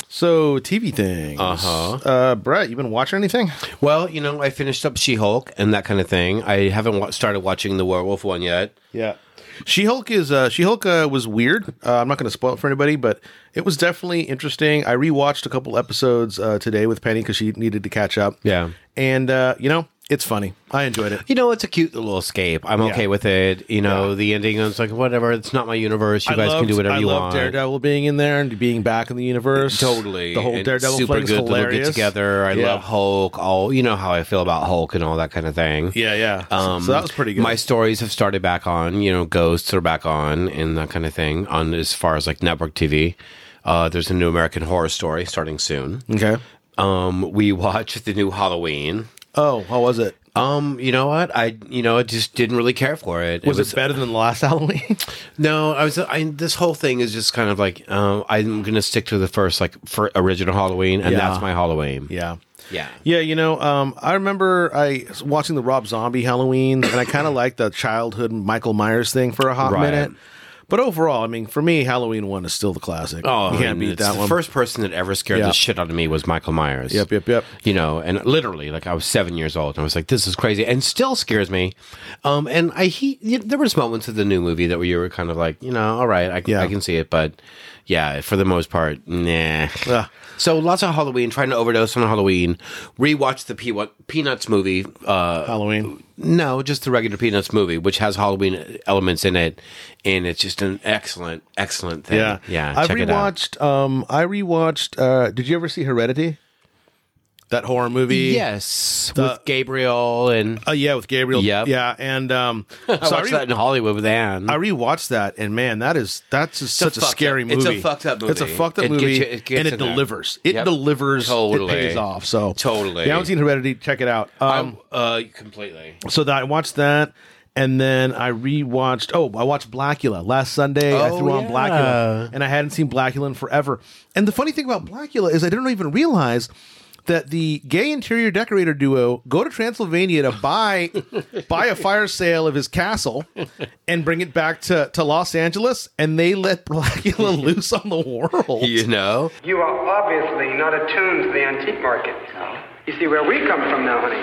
Speaker 6: So TV things.
Speaker 5: Uh-huh.
Speaker 6: Uh Brett, you been watching anything?
Speaker 5: Well, you know, I finished up She Hulk and that kind of thing. I haven't wa- started watching the werewolf one yet.
Speaker 6: Yeah. She Hulk is uh, She Hulk uh, was weird. Uh, I'm not going to spoil it for anybody, but it was definitely interesting. I rewatched a couple episodes uh, today with Penny because she needed to catch up.
Speaker 5: Yeah.
Speaker 6: and uh, you know it's funny. I enjoyed it.
Speaker 5: You know, it's a cute little escape. I'm
Speaker 6: Yeah.
Speaker 5: okay with it. You know,
Speaker 6: Yeah.
Speaker 5: the ending, I was like, whatever, it's not my universe. You guys can do whatever
Speaker 6: I
Speaker 5: you
Speaker 6: loved
Speaker 5: want.
Speaker 6: Daredevil being in there and being back in the universe.
Speaker 5: Totally.
Speaker 6: the whole
Speaker 5: And
Speaker 6: Daredevil
Speaker 5: super
Speaker 6: fling is
Speaker 5: good little
Speaker 6: hilarious.
Speaker 5: get together. I
Speaker 6: Yeah.
Speaker 5: love Hulk. All you know how I feel about Hulk and all that kind of thing.
Speaker 6: Yeah, yeah. So-
Speaker 5: Um,
Speaker 6: so that was pretty good.
Speaker 5: My stories have started back on. You know, ghosts are back on and that kind of thing. On as far as like network TV, uh, there's a new American Horror Story starting soon.
Speaker 6: okay.
Speaker 5: Um, we watched the new Halloween.
Speaker 6: Oh, how was it?
Speaker 5: Um, you know what? I you know I just didn't really care for it.
Speaker 6: Was it, better than the last [LAUGHS] Halloween?
Speaker 5: No, I was. I, this whole thing is just kind of like um, I'm going to stick to the first like for original Halloween, and
Speaker 6: Yeah.
Speaker 5: that's my Halloween.
Speaker 6: yeah.
Speaker 5: yeah.
Speaker 6: Yeah, you know, um, I remember I was watching the Rob Zombie Halloween, and I kind of liked the childhood Michael Myers thing for a hot
Speaker 5: Right.
Speaker 6: minute. But overall, I mean, for me, Halloween one is still the classic.
Speaker 5: Oh,
Speaker 6: you
Speaker 5: I
Speaker 6: can't
Speaker 5: mean,
Speaker 6: beat
Speaker 5: it's
Speaker 6: that
Speaker 5: the
Speaker 6: one.
Speaker 5: first person that ever scared
Speaker 6: Yeah.
Speaker 5: the shit out of me was Michael Myers.
Speaker 6: Yep, yep, yep.
Speaker 5: You know, and literally, like I was seven years old, and I was like, "This is crazy," and still scares me. Um, and I he y- there was moments of the new movie that where you were kind of like, you know, all right, I,
Speaker 6: Yeah.
Speaker 5: I can see it, but yeah, for the most part, nah.
Speaker 6: Ugh.
Speaker 5: So lots of Halloween, trying to overdose on Halloween. Rewatch the Pe- Peanuts movie. Uh,
Speaker 6: Halloween.
Speaker 5: no, just the regular Peanuts movie, which has Halloween elements in it, and it's just an excellent, excellent thing.
Speaker 6: Yeah,
Speaker 5: yeah.
Speaker 6: I
Speaker 5: check it out.
Speaker 6: rewatched. Um, I rewatched. Uh, did you ever see Heredity? That horror movie.
Speaker 5: Yes,
Speaker 6: The-
Speaker 5: with Gabriel and
Speaker 6: Uh, yeah, with Gabriel.
Speaker 5: Yep.
Speaker 6: Yeah, and um,
Speaker 5: [LAUGHS]
Speaker 6: so
Speaker 5: I watched
Speaker 6: re-
Speaker 5: that in Hollywood with Anne.
Speaker 6: I rewatched that, and man, that is that's just such a,
Speaker 5: fucked
Speaker 6: scary
Speaker 5: up-
Speaker 6: movie.
Speaker 5: it's a fucked up
Speaker 6: It's a
Speaker 5: movie.
Speaker 6: fucked up
Speaker 5: It gets
Speaker 6: movie,
Speaker 5: you- it gets
Speaker 6: and it
Speaker 5: in there.
Speaker 6: delivers. It
Speaker 5: Yep.
Speaker 6: delivers.
Speaker 5: Totally.
Speaker 6: it pays off. So
Speaker 5: Totally.
Speaker 6: If you haven't seen Heredity, check it out. Um,
Speaker 5: Um, uh, completely.
Speaker 6: so that I watched that, and then I rewatched. Oh, I watched Blackula last Sunday. I
Speaker 5: Oh,
Speaker 6: threw on
Speaker 5: yeah.
Speaker 6: Blackula, and I hadn't seen Blackula in forever. And the funny thing about Blackula is I didn't even realize that the gay interior decorator duo go to Transylvania to
Speaker 5: [LAUGHS]
Speaker 6: buy buy a fire sale of his castle and bring it back to, to Los Angeles, and they let Blackula [LAUGHS] loose on the world.
Speaker 5: You know,
Speaker 11: You are obviously not attuned to the antique market. You see where we come from now, honey.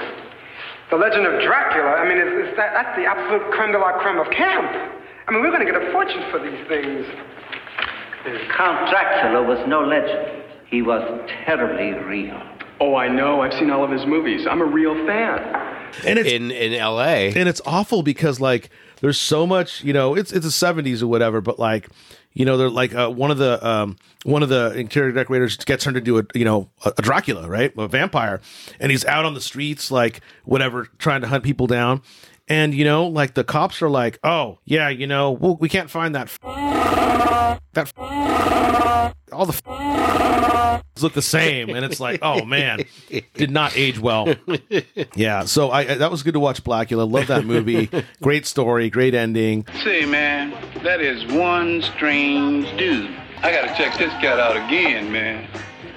Speaker 11: The legend of Dracula, I mean, it's, it's that, that's the absolute creme de la creme of camp. I mean, we're going to get a fortune for these things.
Speaker 8: Count Dracula was no legend. He was terribly real.
Speaker 11: Oh, I know. I've seen all of his movies. I'm a real fan.
Speaker 6: And it's
Speaker 5: in in L.A.
Speaker 6: and it's awful because like there's so much you know it's it's the 70s or whatever but like you know they're like uh, one of the um one of the interior decorators gets turned into a you know a, a dracula right a vampire and he's out on the streets like whatever trying to hunt people down and you know like the cops are like oh yeah you know well, we can't find that f- that f- all the f- look the same and it's like oh man did not age well yeah, so I, I that was good to watch. Blackula, love
Speaker 5: [LAUGHS]
Speaker 6: that movie. great story, great ending.
Speaker 8: Say, man, that is one strange dude. I gotta check this cat out again, man.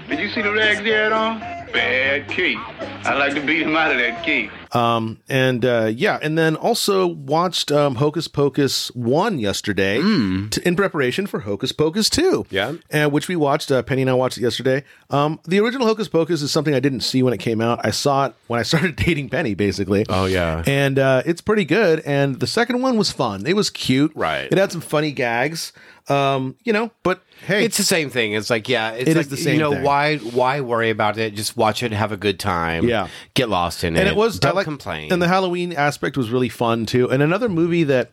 Speaker 8: Did you see the rags he had on? Bad cake. I'd like to beat him out of that cake.
Speaker 6: Um, and uh, yeah, and then also watched um, Hocus Pocus one yesterday t- in preparation for Hocus Pocus two.
Speaker 5: Hmm. Yeah.
Speaker 6: and which we watched. Uh, Penny and I watched it yesterday. Um, the original Hocus Pocus is something I didn't see when it came out. I saw it when I [LAUGHS] started dating Penny, basically.
Speaker 5: Oh, yeah.
Speaker 6: and uh, it's pretty good. And the second one was fun. It was cute.
Speaker 5: Right.
Speaker 6: It had some funny gags. Um, you know, but hey,
Speaker 5: It's the same thing. It's like yeah, it's
Speaker 6: It
Speaker 5: like,
Speaker 6: is the same
Speaker 5: You know
Speaker 6: thing.
Speaker 5: why why worry about it? Just watch it, have a good time.
Speaker 6: Yeah.
Speaker 5: get lost in it.
Speaker 6: and it was
Speaker 5: don't
Speaker 6: I like,
Speaker 5: complain.
Speaker 6: And the Halloween aspect was really fun too. And another movie that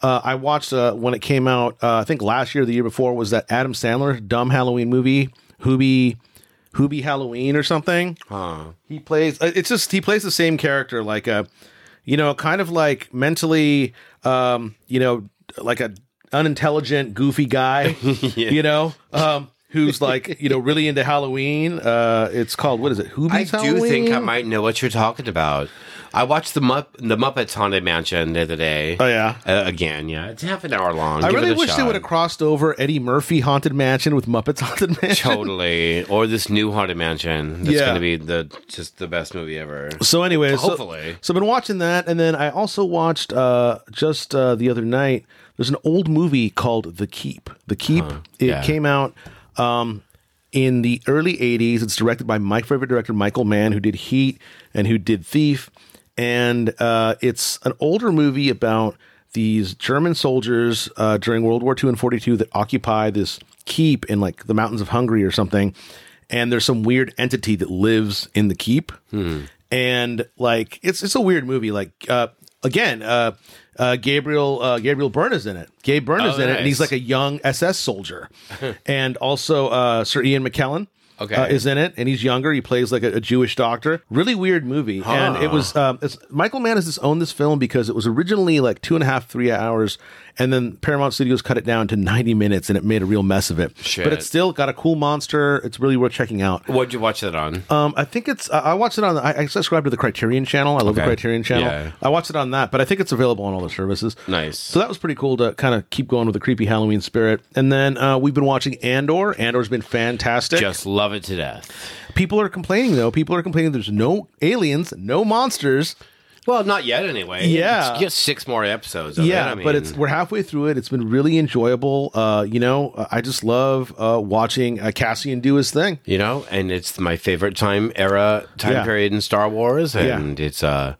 Speaker 6: uh, I watched uh, when it came out, uh, I think last year, or the year before, was that Adam Sandler dumb Halloween movie, Hoobie, Hoobie Halloween or something. He plays. uh, It's just he plays the same character, like a, you know, kind of like mentally,
Speaker 5: [LAUGHS]
Speaker 6: um, you know, like a unintelligent, goofy guy, you know, um, who's like you know really into Halloween. Uh, it's called what is it? Who
Speaker 5: I do think I might know what you're talking about. I watched the Mupp- the Muppets Haunted Mansion the other day. Oh
Speaker 6: yeah,
Speaker 5: uh, again, yeah. It's half an hour long.
Speaker 6: I
Speaker 5: Give it
Speaker 6: really
Speaker 5: a
Speaker 6: wish they
Speaker 5: shot.
Speaker 6: would have crossed over Eddie Murphy Haunted Mansion with Muppets [LAUGHS] Haunted
Speaker 5: [LAUGHS]
Speaker 6: Mansion.
Speaker 5: totally. Or this new Haunted Mansion. That's
Speaker 6: Yeah.
Speaker 5: going to be the just the best movie ever.
Speaker 6: So, anyways, so-
Speaker 5: hopefully.
Speaker 6: So, I've been watching that, and then I also watched uh, just uh, the other night. There's an old movie called The Keep. The Keep. it
Speaker 5: Uh-huh. yeah.
Speaker 6: came out um, in the early '80s. It's directed by my favorite director, Michael Mann, who did Heat and who did Thief. And uh, it's an older movie about these German soldiers uh, during World War II and 42 that occupy this keep in like the mountains of Hungary or something. And there's some weird entity that lives in the keep
Speaker 5: Hmm.
Speaker 6: and like it's it's a weird movie. Like uh, again, uh, uh, Gabriel uh, Gabriel Byrne is in it. Gabe Byrne is
Speaker 5: Oh,
Speaker 6: in it, and he's
Speaker 5: nice.
Speaker 6: like a young
Speaker 5: [LAUGHS]
Speaker 6: SS soldier, and also uh, Sir Ian McKellen.
Speaker 5: Okay.
Speaker 6: uh, is in it, and he's younger. He plays like a, a Jewish doctor. Really weird movie, and it
Speaker 5: Huh.
Speaker 6: was um, it's, Michael Mann has just owned this film because it was originally like two and a half, three hours, and then Paramount Studios cut it down to ninety minutes, and it made a real mess of it.
Speaker 5: Shit.
Speaker 6: But it's still got a cool monster. It's really worth checking out.
Speaker 5: What'd you watch that on?
Speaker 6: Um, I think it's. I I watched it on. I I subscribe to the Criterion Channel. I love the
Speaker 5: Okay.
Speaker 6: Criterion Channel.
Speaker 5: Yeah.
Speaker 6: I watched it on that, but I think it's available on all the services.
Speaker 5: Nice.
Speaker 6: So that was pretty cool to kind of keep going with the creepy Halloween spirit. And then uh, we've been watching Andor. Andor's been fantastic.
Speaker 5: Just love it to death.
Speaker 6: People are complaining though. People are complaining. There's no aliens, no monsters.
Speaker 5: Well, not yet anyway.
Speaker 6: Yeah.
Speaker 5: It's just six more episodes. Of
Speaker 6: yeah,
Speaker 5: it, I
Speaker 6: but
Speaker 5: mean.
Speaker 6: it's we're halfway through it. It's been really enjoyable. Uh, you know, I just love uh, watching uh, Cassian do his thing.
Speaker 5: you know, and it's my favorite time era time
Speaker 6: Yeah.
Speaker 5: period in Star Wars,
Speaker 6: Yeah.
Speaker 5: and it's uh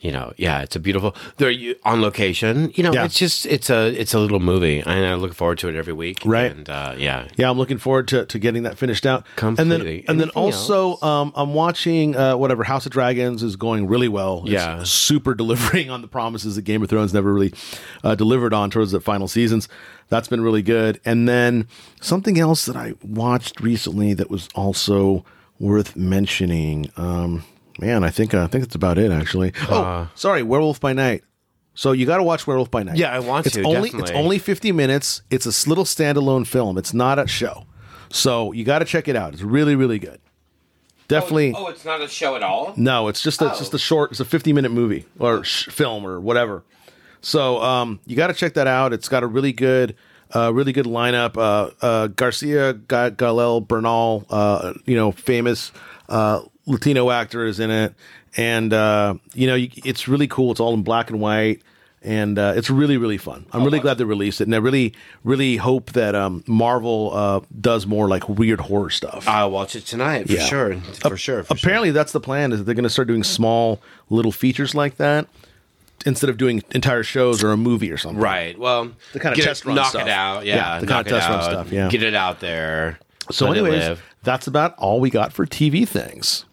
Speaker 5: you know, yeah, it's a beautiful. They're you- on location. You know,
Speaker 6: Yeah.
Speaker 5: it's just it's a it's a little movie, and I look forward to it every week.
Speaker 6: Right.
Speaker 5: and uh, yeah,
Speaker 6: Yeah, I'm looking forward to, to getting that finished out.
Speaker 5: Completely.
Speaker 6: And then and then
Speaker 5: Anything
Speaker 6: also um, I'm watching uh, whatever House of Dragons is going really well. It's
Speaker 5: Yeah.
Speaker 6: super [LAUGHS] delivering on the promises that Game of Thrones never really uh, delivered on towards the final seasons. That's been really good. And then something else that I watched recently that was also worth mentioning. Um, man, I think I think that's about it actually.
Speaker 5: Uh,
Speaker 6: oh, sorry, Werewolf by Night. So you got to watch Werewolf by Night.
Speaker 5: Yeah, I want
Speaker 6: it's
Speaker 5: to,
Speaker 6: Only, It's
Speaker 5: definitely.
Speaker 6: only 50 minutes. It's a s- little standalone film. It's not a show. So you got to check it out. It's really, really good. Definitely.
Speaker 5: Oh, it's not a show at all.
Speaker 6: No, it's just a, it's just a short. It's a 50 minute movie or sh- film or whatever. So um, you got to check that out. It's got a really good, uh, really good lineup. Uh, uh, Garcia Ga- Galel Bernal, uh, you know, famous uh, Latino actor is in it, and uh, you know, you, it's really cool. It's all in black and white. And uh, it's really, really fun. I'm really glad they released it, and I really, really hope that um, Marvel uh, does more like weird horror stuff
Speaker 5: I'll watch it tonight for
Speaker 6: Yeah.
Speaker 5: sure, for sure. For
Speaker 6: apparently that's the plan is that they're going to start doing small little features like that instead of doing entire shows or a movie or something
Speaker 5: Right. Well,
Speaker 6: The kinda
Speaker 5: get
Speaker 6: test
Speaker 5: it,
Speaker 6: run
Speaker 5: knock
Speaker 6: stuff.
Speaker 5: it out.
Speaker 6: Yeah,
Speaker 5: Yeah,
Speaker 6: the kinda
Speaker 5: knock it
Speaker 6: test run
Speaker 5: out,
Speaker 6: stuff, yeah.
Speaker 5: get it out there.
Speaker 6: so
Speaker 5: let it
Speaker 6: anyways
Speaker 5: live.
Speaker 6: that's about all we got for tv things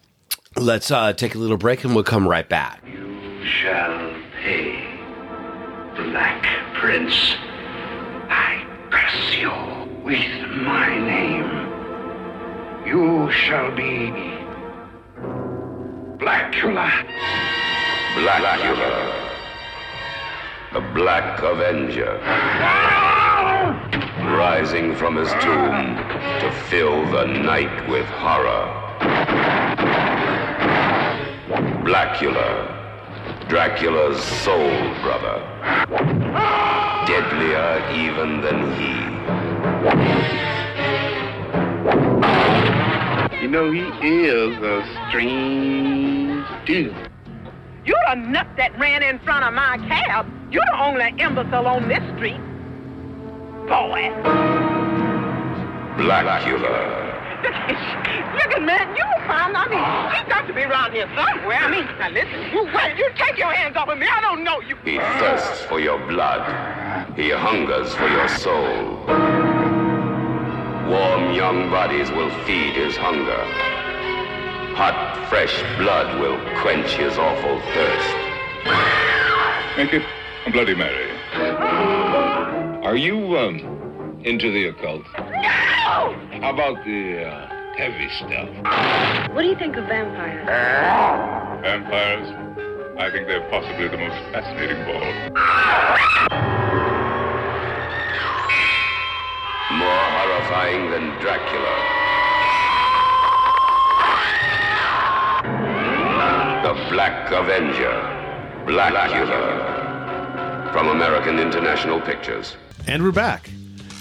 Speaker 5: let's uh, take a little break, and we'll come right back.
Speaker 12: shall pay. Black Prince, I curse you with my name. You shall be Blackula.
Speaker 13: Blackula. The Black Avenger. Rising from his tomb to fill the night with horror. Blackula. Dracula's soul brother. Deadlier even than
Speaker 8: You know, he is a strange dude.
Speaker 14: You're the nut that ran in front of my cab. You're the only imbecile on this street. Boy.
Speaker 13: Blackula.
Speaker 14: Look at man, you found, I mean, you got to be around here somewhere. I mean, now listen, you wait, you take your hands off of me. I don't know you.
Speaker 13: He thirsts for your blood. He hungers for your soul. Warm young bodies will feed his hunger. Hot, fresh blood will quench his awful thirst.
Speaker 15: Make it a Bloody Mary. Are you um, into the occult? How about the uh, heavy stuff?
Speaker 16: What do you think of vampires?
Speaker 15: Vampires? I think they're possibly the most fascinating of all.
Speaker 13: More horror terrifying than Dracula. The Black Avenger, Blackula, from American International Pictures.
Speaker 6: And we're back.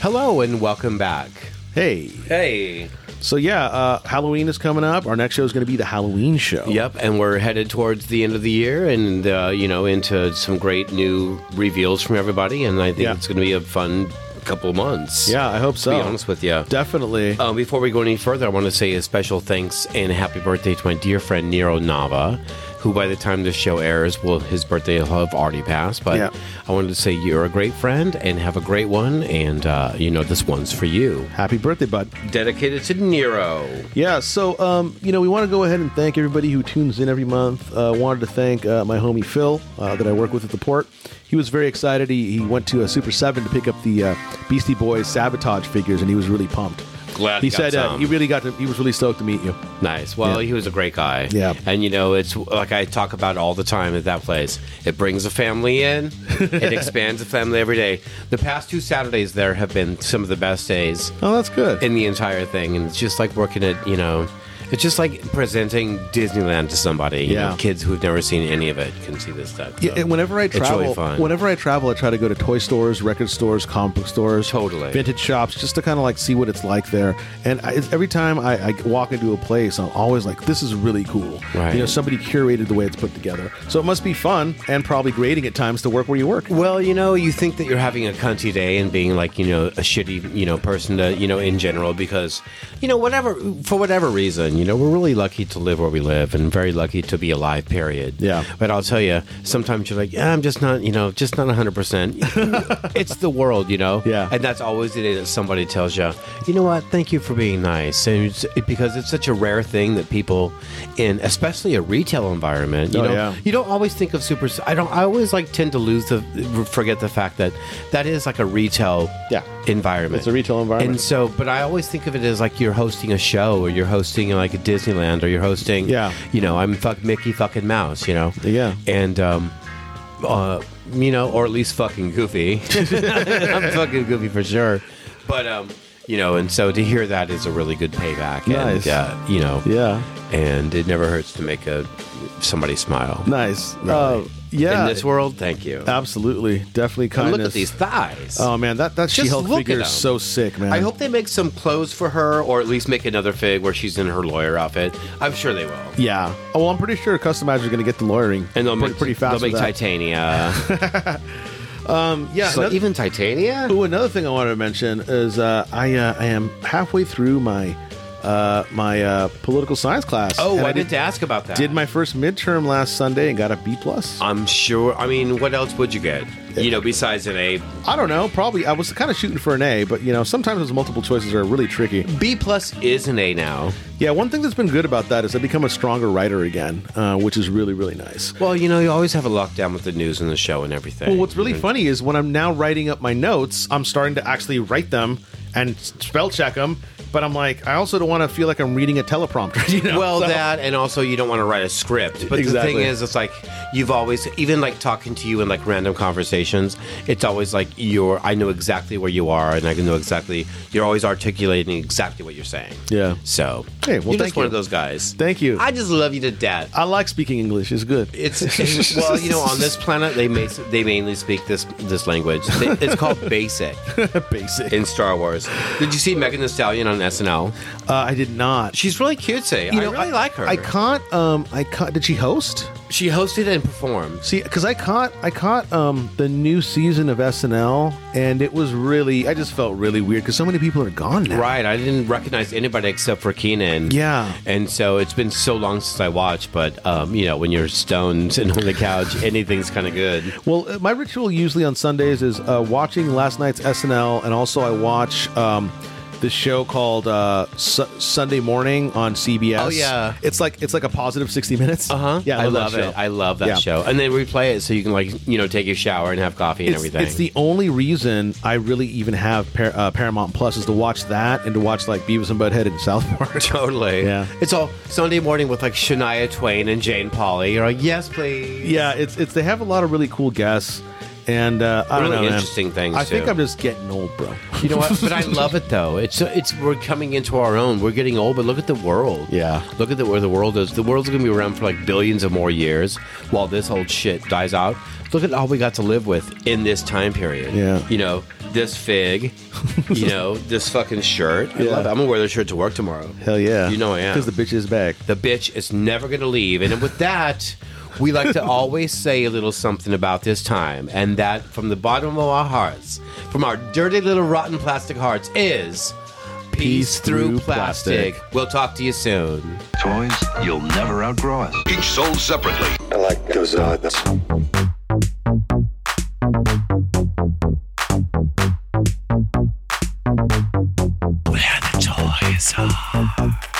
Speaker 5: Hello and welcome back.
Speaker 6: Hey.
Speaker 5: Hey.
Speaker 6: So yeah, uh, Halloween is coming up. Our next show is going to be the Halloween show.
Speaker 5: Yep, and we're headed towards the end of the year, and uh, you know into some great new reveals from everybody, and I think
Speaker 6: Yeah.
Speaker 5: it's going to be a fun couple of months.
Speaker 6: Yeah, I hope so.
Speaker 5: To be honest with you,
Speaker 6: definitely.
Speaker 5: Um, before we go any further, I want to say a special thanks and happy birthday to my dear friend Nero Nava, who by the time this show airs, well, his birthday will have already passed. But
Speaker 6: Yeah.
Speaker 5: I wanted to say you're a great friend and have a great one, and uh, you know this one's for you.
Speaker 6: Happy birthday, bud.
Speaker 5: Dedicated to Nero.
Speaker 6: Yeah, so um, you know, we want to go ahead and thank everybody who tunes in every month. Uh, wanted to thank uh, my homie Phil uh, that I work with at the port. He was very excited. He, he went to a Super Seven to pick up the uh, Beastie Boys Sabotage figures, and he was really pumped.
Speaker 5: Glad
Speaker 6: he
Speaker 5: got
Speaker 6: said uh,
Speaker 5: some.
Speaker 6: he really got. To, he was really stoked to meet you.
Speaker 5: Nice. Well,
Speaker 6: Yeah.
Speaker 5: he was a great guy.
Speaker 6: Yeah.
Speaker 5: And you know, it's like I talk about all the time at that place. It brings a family
Speaker 6: [LAUGHS]
Speaker 5: in. it expands the family every day. The past two Saturdays there have been some of the best days.
Speaker 6: Oh, that's good.
Speaker 5: In the entire thing, and it's just like working at you know, it's just like presenting Disneyland to somebody. You
Speaker 6: Yeah.
Speaker 5: know, kids who've never seen any of it can see this stuff.
Speaker 6: Yeah,
Speaker 5: So
Speaker 6: and whenever I travel,
Speaker 5: it's really fun.
Speaker 6: whenever I travel, I try to go to toy stores, record stores, comic book stores,
Speaker 5: Totally.
Speaker 6: vintage shops, just to kind of like see what it's like there. And I, it's- every time I, I walk into a place, I'm always like, "This is really cool."
Speaker 5: Right.
Speaker 6: You know, somebody curated the way it's put together, so it must be fun and probably grading at times to work where you work.
Speaker 5: Well, you know, you think that you're having a cunty day and being like, you know, a shitty, you know, person to, you know, in general because, you know, whatever, for whatever reason, you know, we're really lucky to live where we live and very lucky to be alive, period. Yeah. But I'll tell you, sometimes you're like, yeah, I'm just not, you know, just not 100%. it's the world, you know? Yeah. And that's always the day that somebody tells you, you know what, thank you for being nice. And it's, it, because it's such a rare thing that people in, especially a retail environment, you
Speaker 6: Oh,
Speaker 5: know,
Speaker 6: yeah.
Speaker 5: you don't always think of super. I don't. I always like tend to lose the forget the fact that that is like a retail yeah. environment.
Speaker 6: It's a retail environment.
Speaker 5: And so, but I always think of it as like you're hosting a show, or you're hosting like a Disneyland, or you're hosting. Yeah. You know, I'm fuck Mickey fucking Mouse. You know. Yeah. And um, uh, you know, or at least fucking Goofy. [LAUGHS] I'm fucking Goofy for sure. But um, you know, and so to hear that is a really good payback.
Speaker 6: Nice.
Speaker 5: And, uh, you know.
Speaker 6: Yeah.
Speaker 5: And it never hurts to make a somebody smile.
Speaker 6: Nice. Uh, yeah.
Speaker 5: In this world, thank you.
Speaker 6: Absolutely, definitely
Speaker 5: And
Speaker 6: kindness.
Speaker 5: look at these thighs.
Speaker 6: Oh man, that that
Speaker 5: Just
Speaker 6: She-Hulk
Speaker 5: look at
Speaker 6: figure
Speaker 5: them.
Speaker 6: is so sick, man.
Speaker 5: I hope they make some clothes for her, or at least make another fig where she's in her lawyer outfit. I'm sure they will.
Speaker 6: Yeah. Oh, well, I'm pretty sure customizers are going to get the lawyering,
Speaker 5: And they'll
Speaker 6: pretty,
Speaker 5: make
Speaker 6: pretty fast.
Speaker 5: They'll make
Speaker 6: with that. [LAUGHS]
Speaker 5: Titania.
Speaker 6: Um, yeah,
Speaker 5: So even Titania.
Speaker 6: Ooh, another thing I wanted to mention is uh, I uh, I am halfway through my uh, my uh, political science class.
Speaker 5: Oh,
Speaker 6: and
Speaker 5: I,
Speaker 6: I
Speaker 5: meant to ask about that.
Speaker 6: Did my first midterm last Sunday and got a B plus.
Speaker 5: I'm sure. I mean, what else would you get? You know, besides an A.
Speaker 6: I don't know. Probably I was kind of shooting for an A, but you know sometimes those multiple choices are really tricky.
Speaker 5: B plus is an A now.
Speaker 6: Yeah, one thing that's been good about that is I become a stronger writer again, uh, which is really really nice.
Speaker 5: Well, you know, you always have a lockdown with the news and the show and everything.
Speaker 6: Well, what's really funny is when I'm now writing up my notes, I'm starting to actually write them and s- spell check them. But I'm like, I also don't want to feel like I'm reading a teleprompter. [LAUGHS] You know?
Speaker 5: well,
Speaker 6: So-
Speaker 5: that and also you don't want to write a script. But
Speaker 6: Exactly.
Speaker 5: the thing is, it's like you've always, even like talking to you in like random conversations, it's always like you're. I know exactly where you are, and I can know exactly. You're always articulating exactly what you're saying.
Speaker 6: Yeah.
Speaker 5: So
Speaker 6: Hey, well,
Speaker 5: you're
Speaker 6: thank
Speaker 5: just one
Speaker 6: you.
Speaker 5: of those guys.
Speaker 6: Thank you.
Speaker 5: I just love you to death.
Speaker 6: I like speaking English. It's good. [LAUGHS]
Speaker 5: It's well, you know, on this planet they ma- they mainly speak this this language. They- It's called basic.
Speaker 6: basic
Speaker 5: in Star Wars. Did you see Megan Thee Stallion on SNL?
Speaker 6: Uh, I did not.
Speaker 5: She's really cutesy. I really like her.
Speaker 6: I caught. Um, I caught. Did she host?
Speaker 5: She hosted and performed.
Speaker 6: See, because I caught. I caught um, the new season of SNL, and it was really. I just felt really weird because so many people are gone now.
Speaker 5: Right, I didn't recognize anybody except for Keenan.
Speaker 6: Yeah.
Speaker 5: and so it's been so long since I watched, but um, you know, when you're stoned and on the couch, anything's kind of good.
Speaker 6: Well, uh, my ritual usually on Sundays is uh, watching last night's SNL, and also I watch um, this show called uh, Su- Sunday Morning on CBS.
Speaker 5: Oh, yeah. Uh-huh.
Speaker 6: it's like it's like a positive sixty minutes. Uh huh. Yeah,
Speaker 5: I
Speaker 6: love,
Speaker 5: love
Speaker 6: that
Speaker 5: it.
Speaker 6: show.
Speaker 5: I love that
Speaker 6: Yeah.
Speaker 5: show. And then replay it so you can like you know take your shower and have coffee and
Speaker 6: it's,
Speaker 5: everything.
Speaker 6: it's the only reason I really even have Par- uh, Paramount Plus is to watch that and to watch like Beavis and Butthead and South Park. [LAUGHS]
Speaker 5: [LAUGHS] Totally.
Speaker 6: Yeah.
Speaker 5: It's all Sunday morning with like Shania Twain and Jane Pauley. You're like, yes, please.
Speaker 6: Yeah, it's it's they have a lot of really cool guests, And uh, I
Speaker 5: Really
Speaker 6: don't know, man.
Speaker 5: interesting things,
Speaker 6: I think
Speaker 5: too.
Speaker 6: I'm just getting old, bro.
Speaker 5: You
Speaker 6: [LAUGHS]
Speaker 5: know what? But I love it though. It's it's we're coming into our own. We're getting old, but look at the world. Yeah. Look at the, where the world is. The world's going to be around for like billions of more years while this old shit dies out. Look at all we got to live with in this time period.
Speaker 6: Yeah.
Speaker 5: You know, this fig, you
Speaker 6: [LAUGHS]
Speaker 5: know, this fucking shirt. I
Speaker 6: Yeah.
Speaker 5: love it. I'm going to wear this shirt to work tomorrow.
Speaker 6: Hell yeah.
Speaker 5: You know I am.
Speaker 6: Because the bitch is back.
Speaker 5: The bitch is never going to leave. And with that, we like
Speaker 6: [LAUGHS]
Speaker 5: to always say a little something about this time. And that from the bottom of our hearts, from our dirty little rotten plastic hearts, is peace, through, plastic. We'll talk to you soon. Toys, you'll never outgrow us.
Speaker 4: Each sold separately. I like those odds.
Speaker 3: Where the toys are.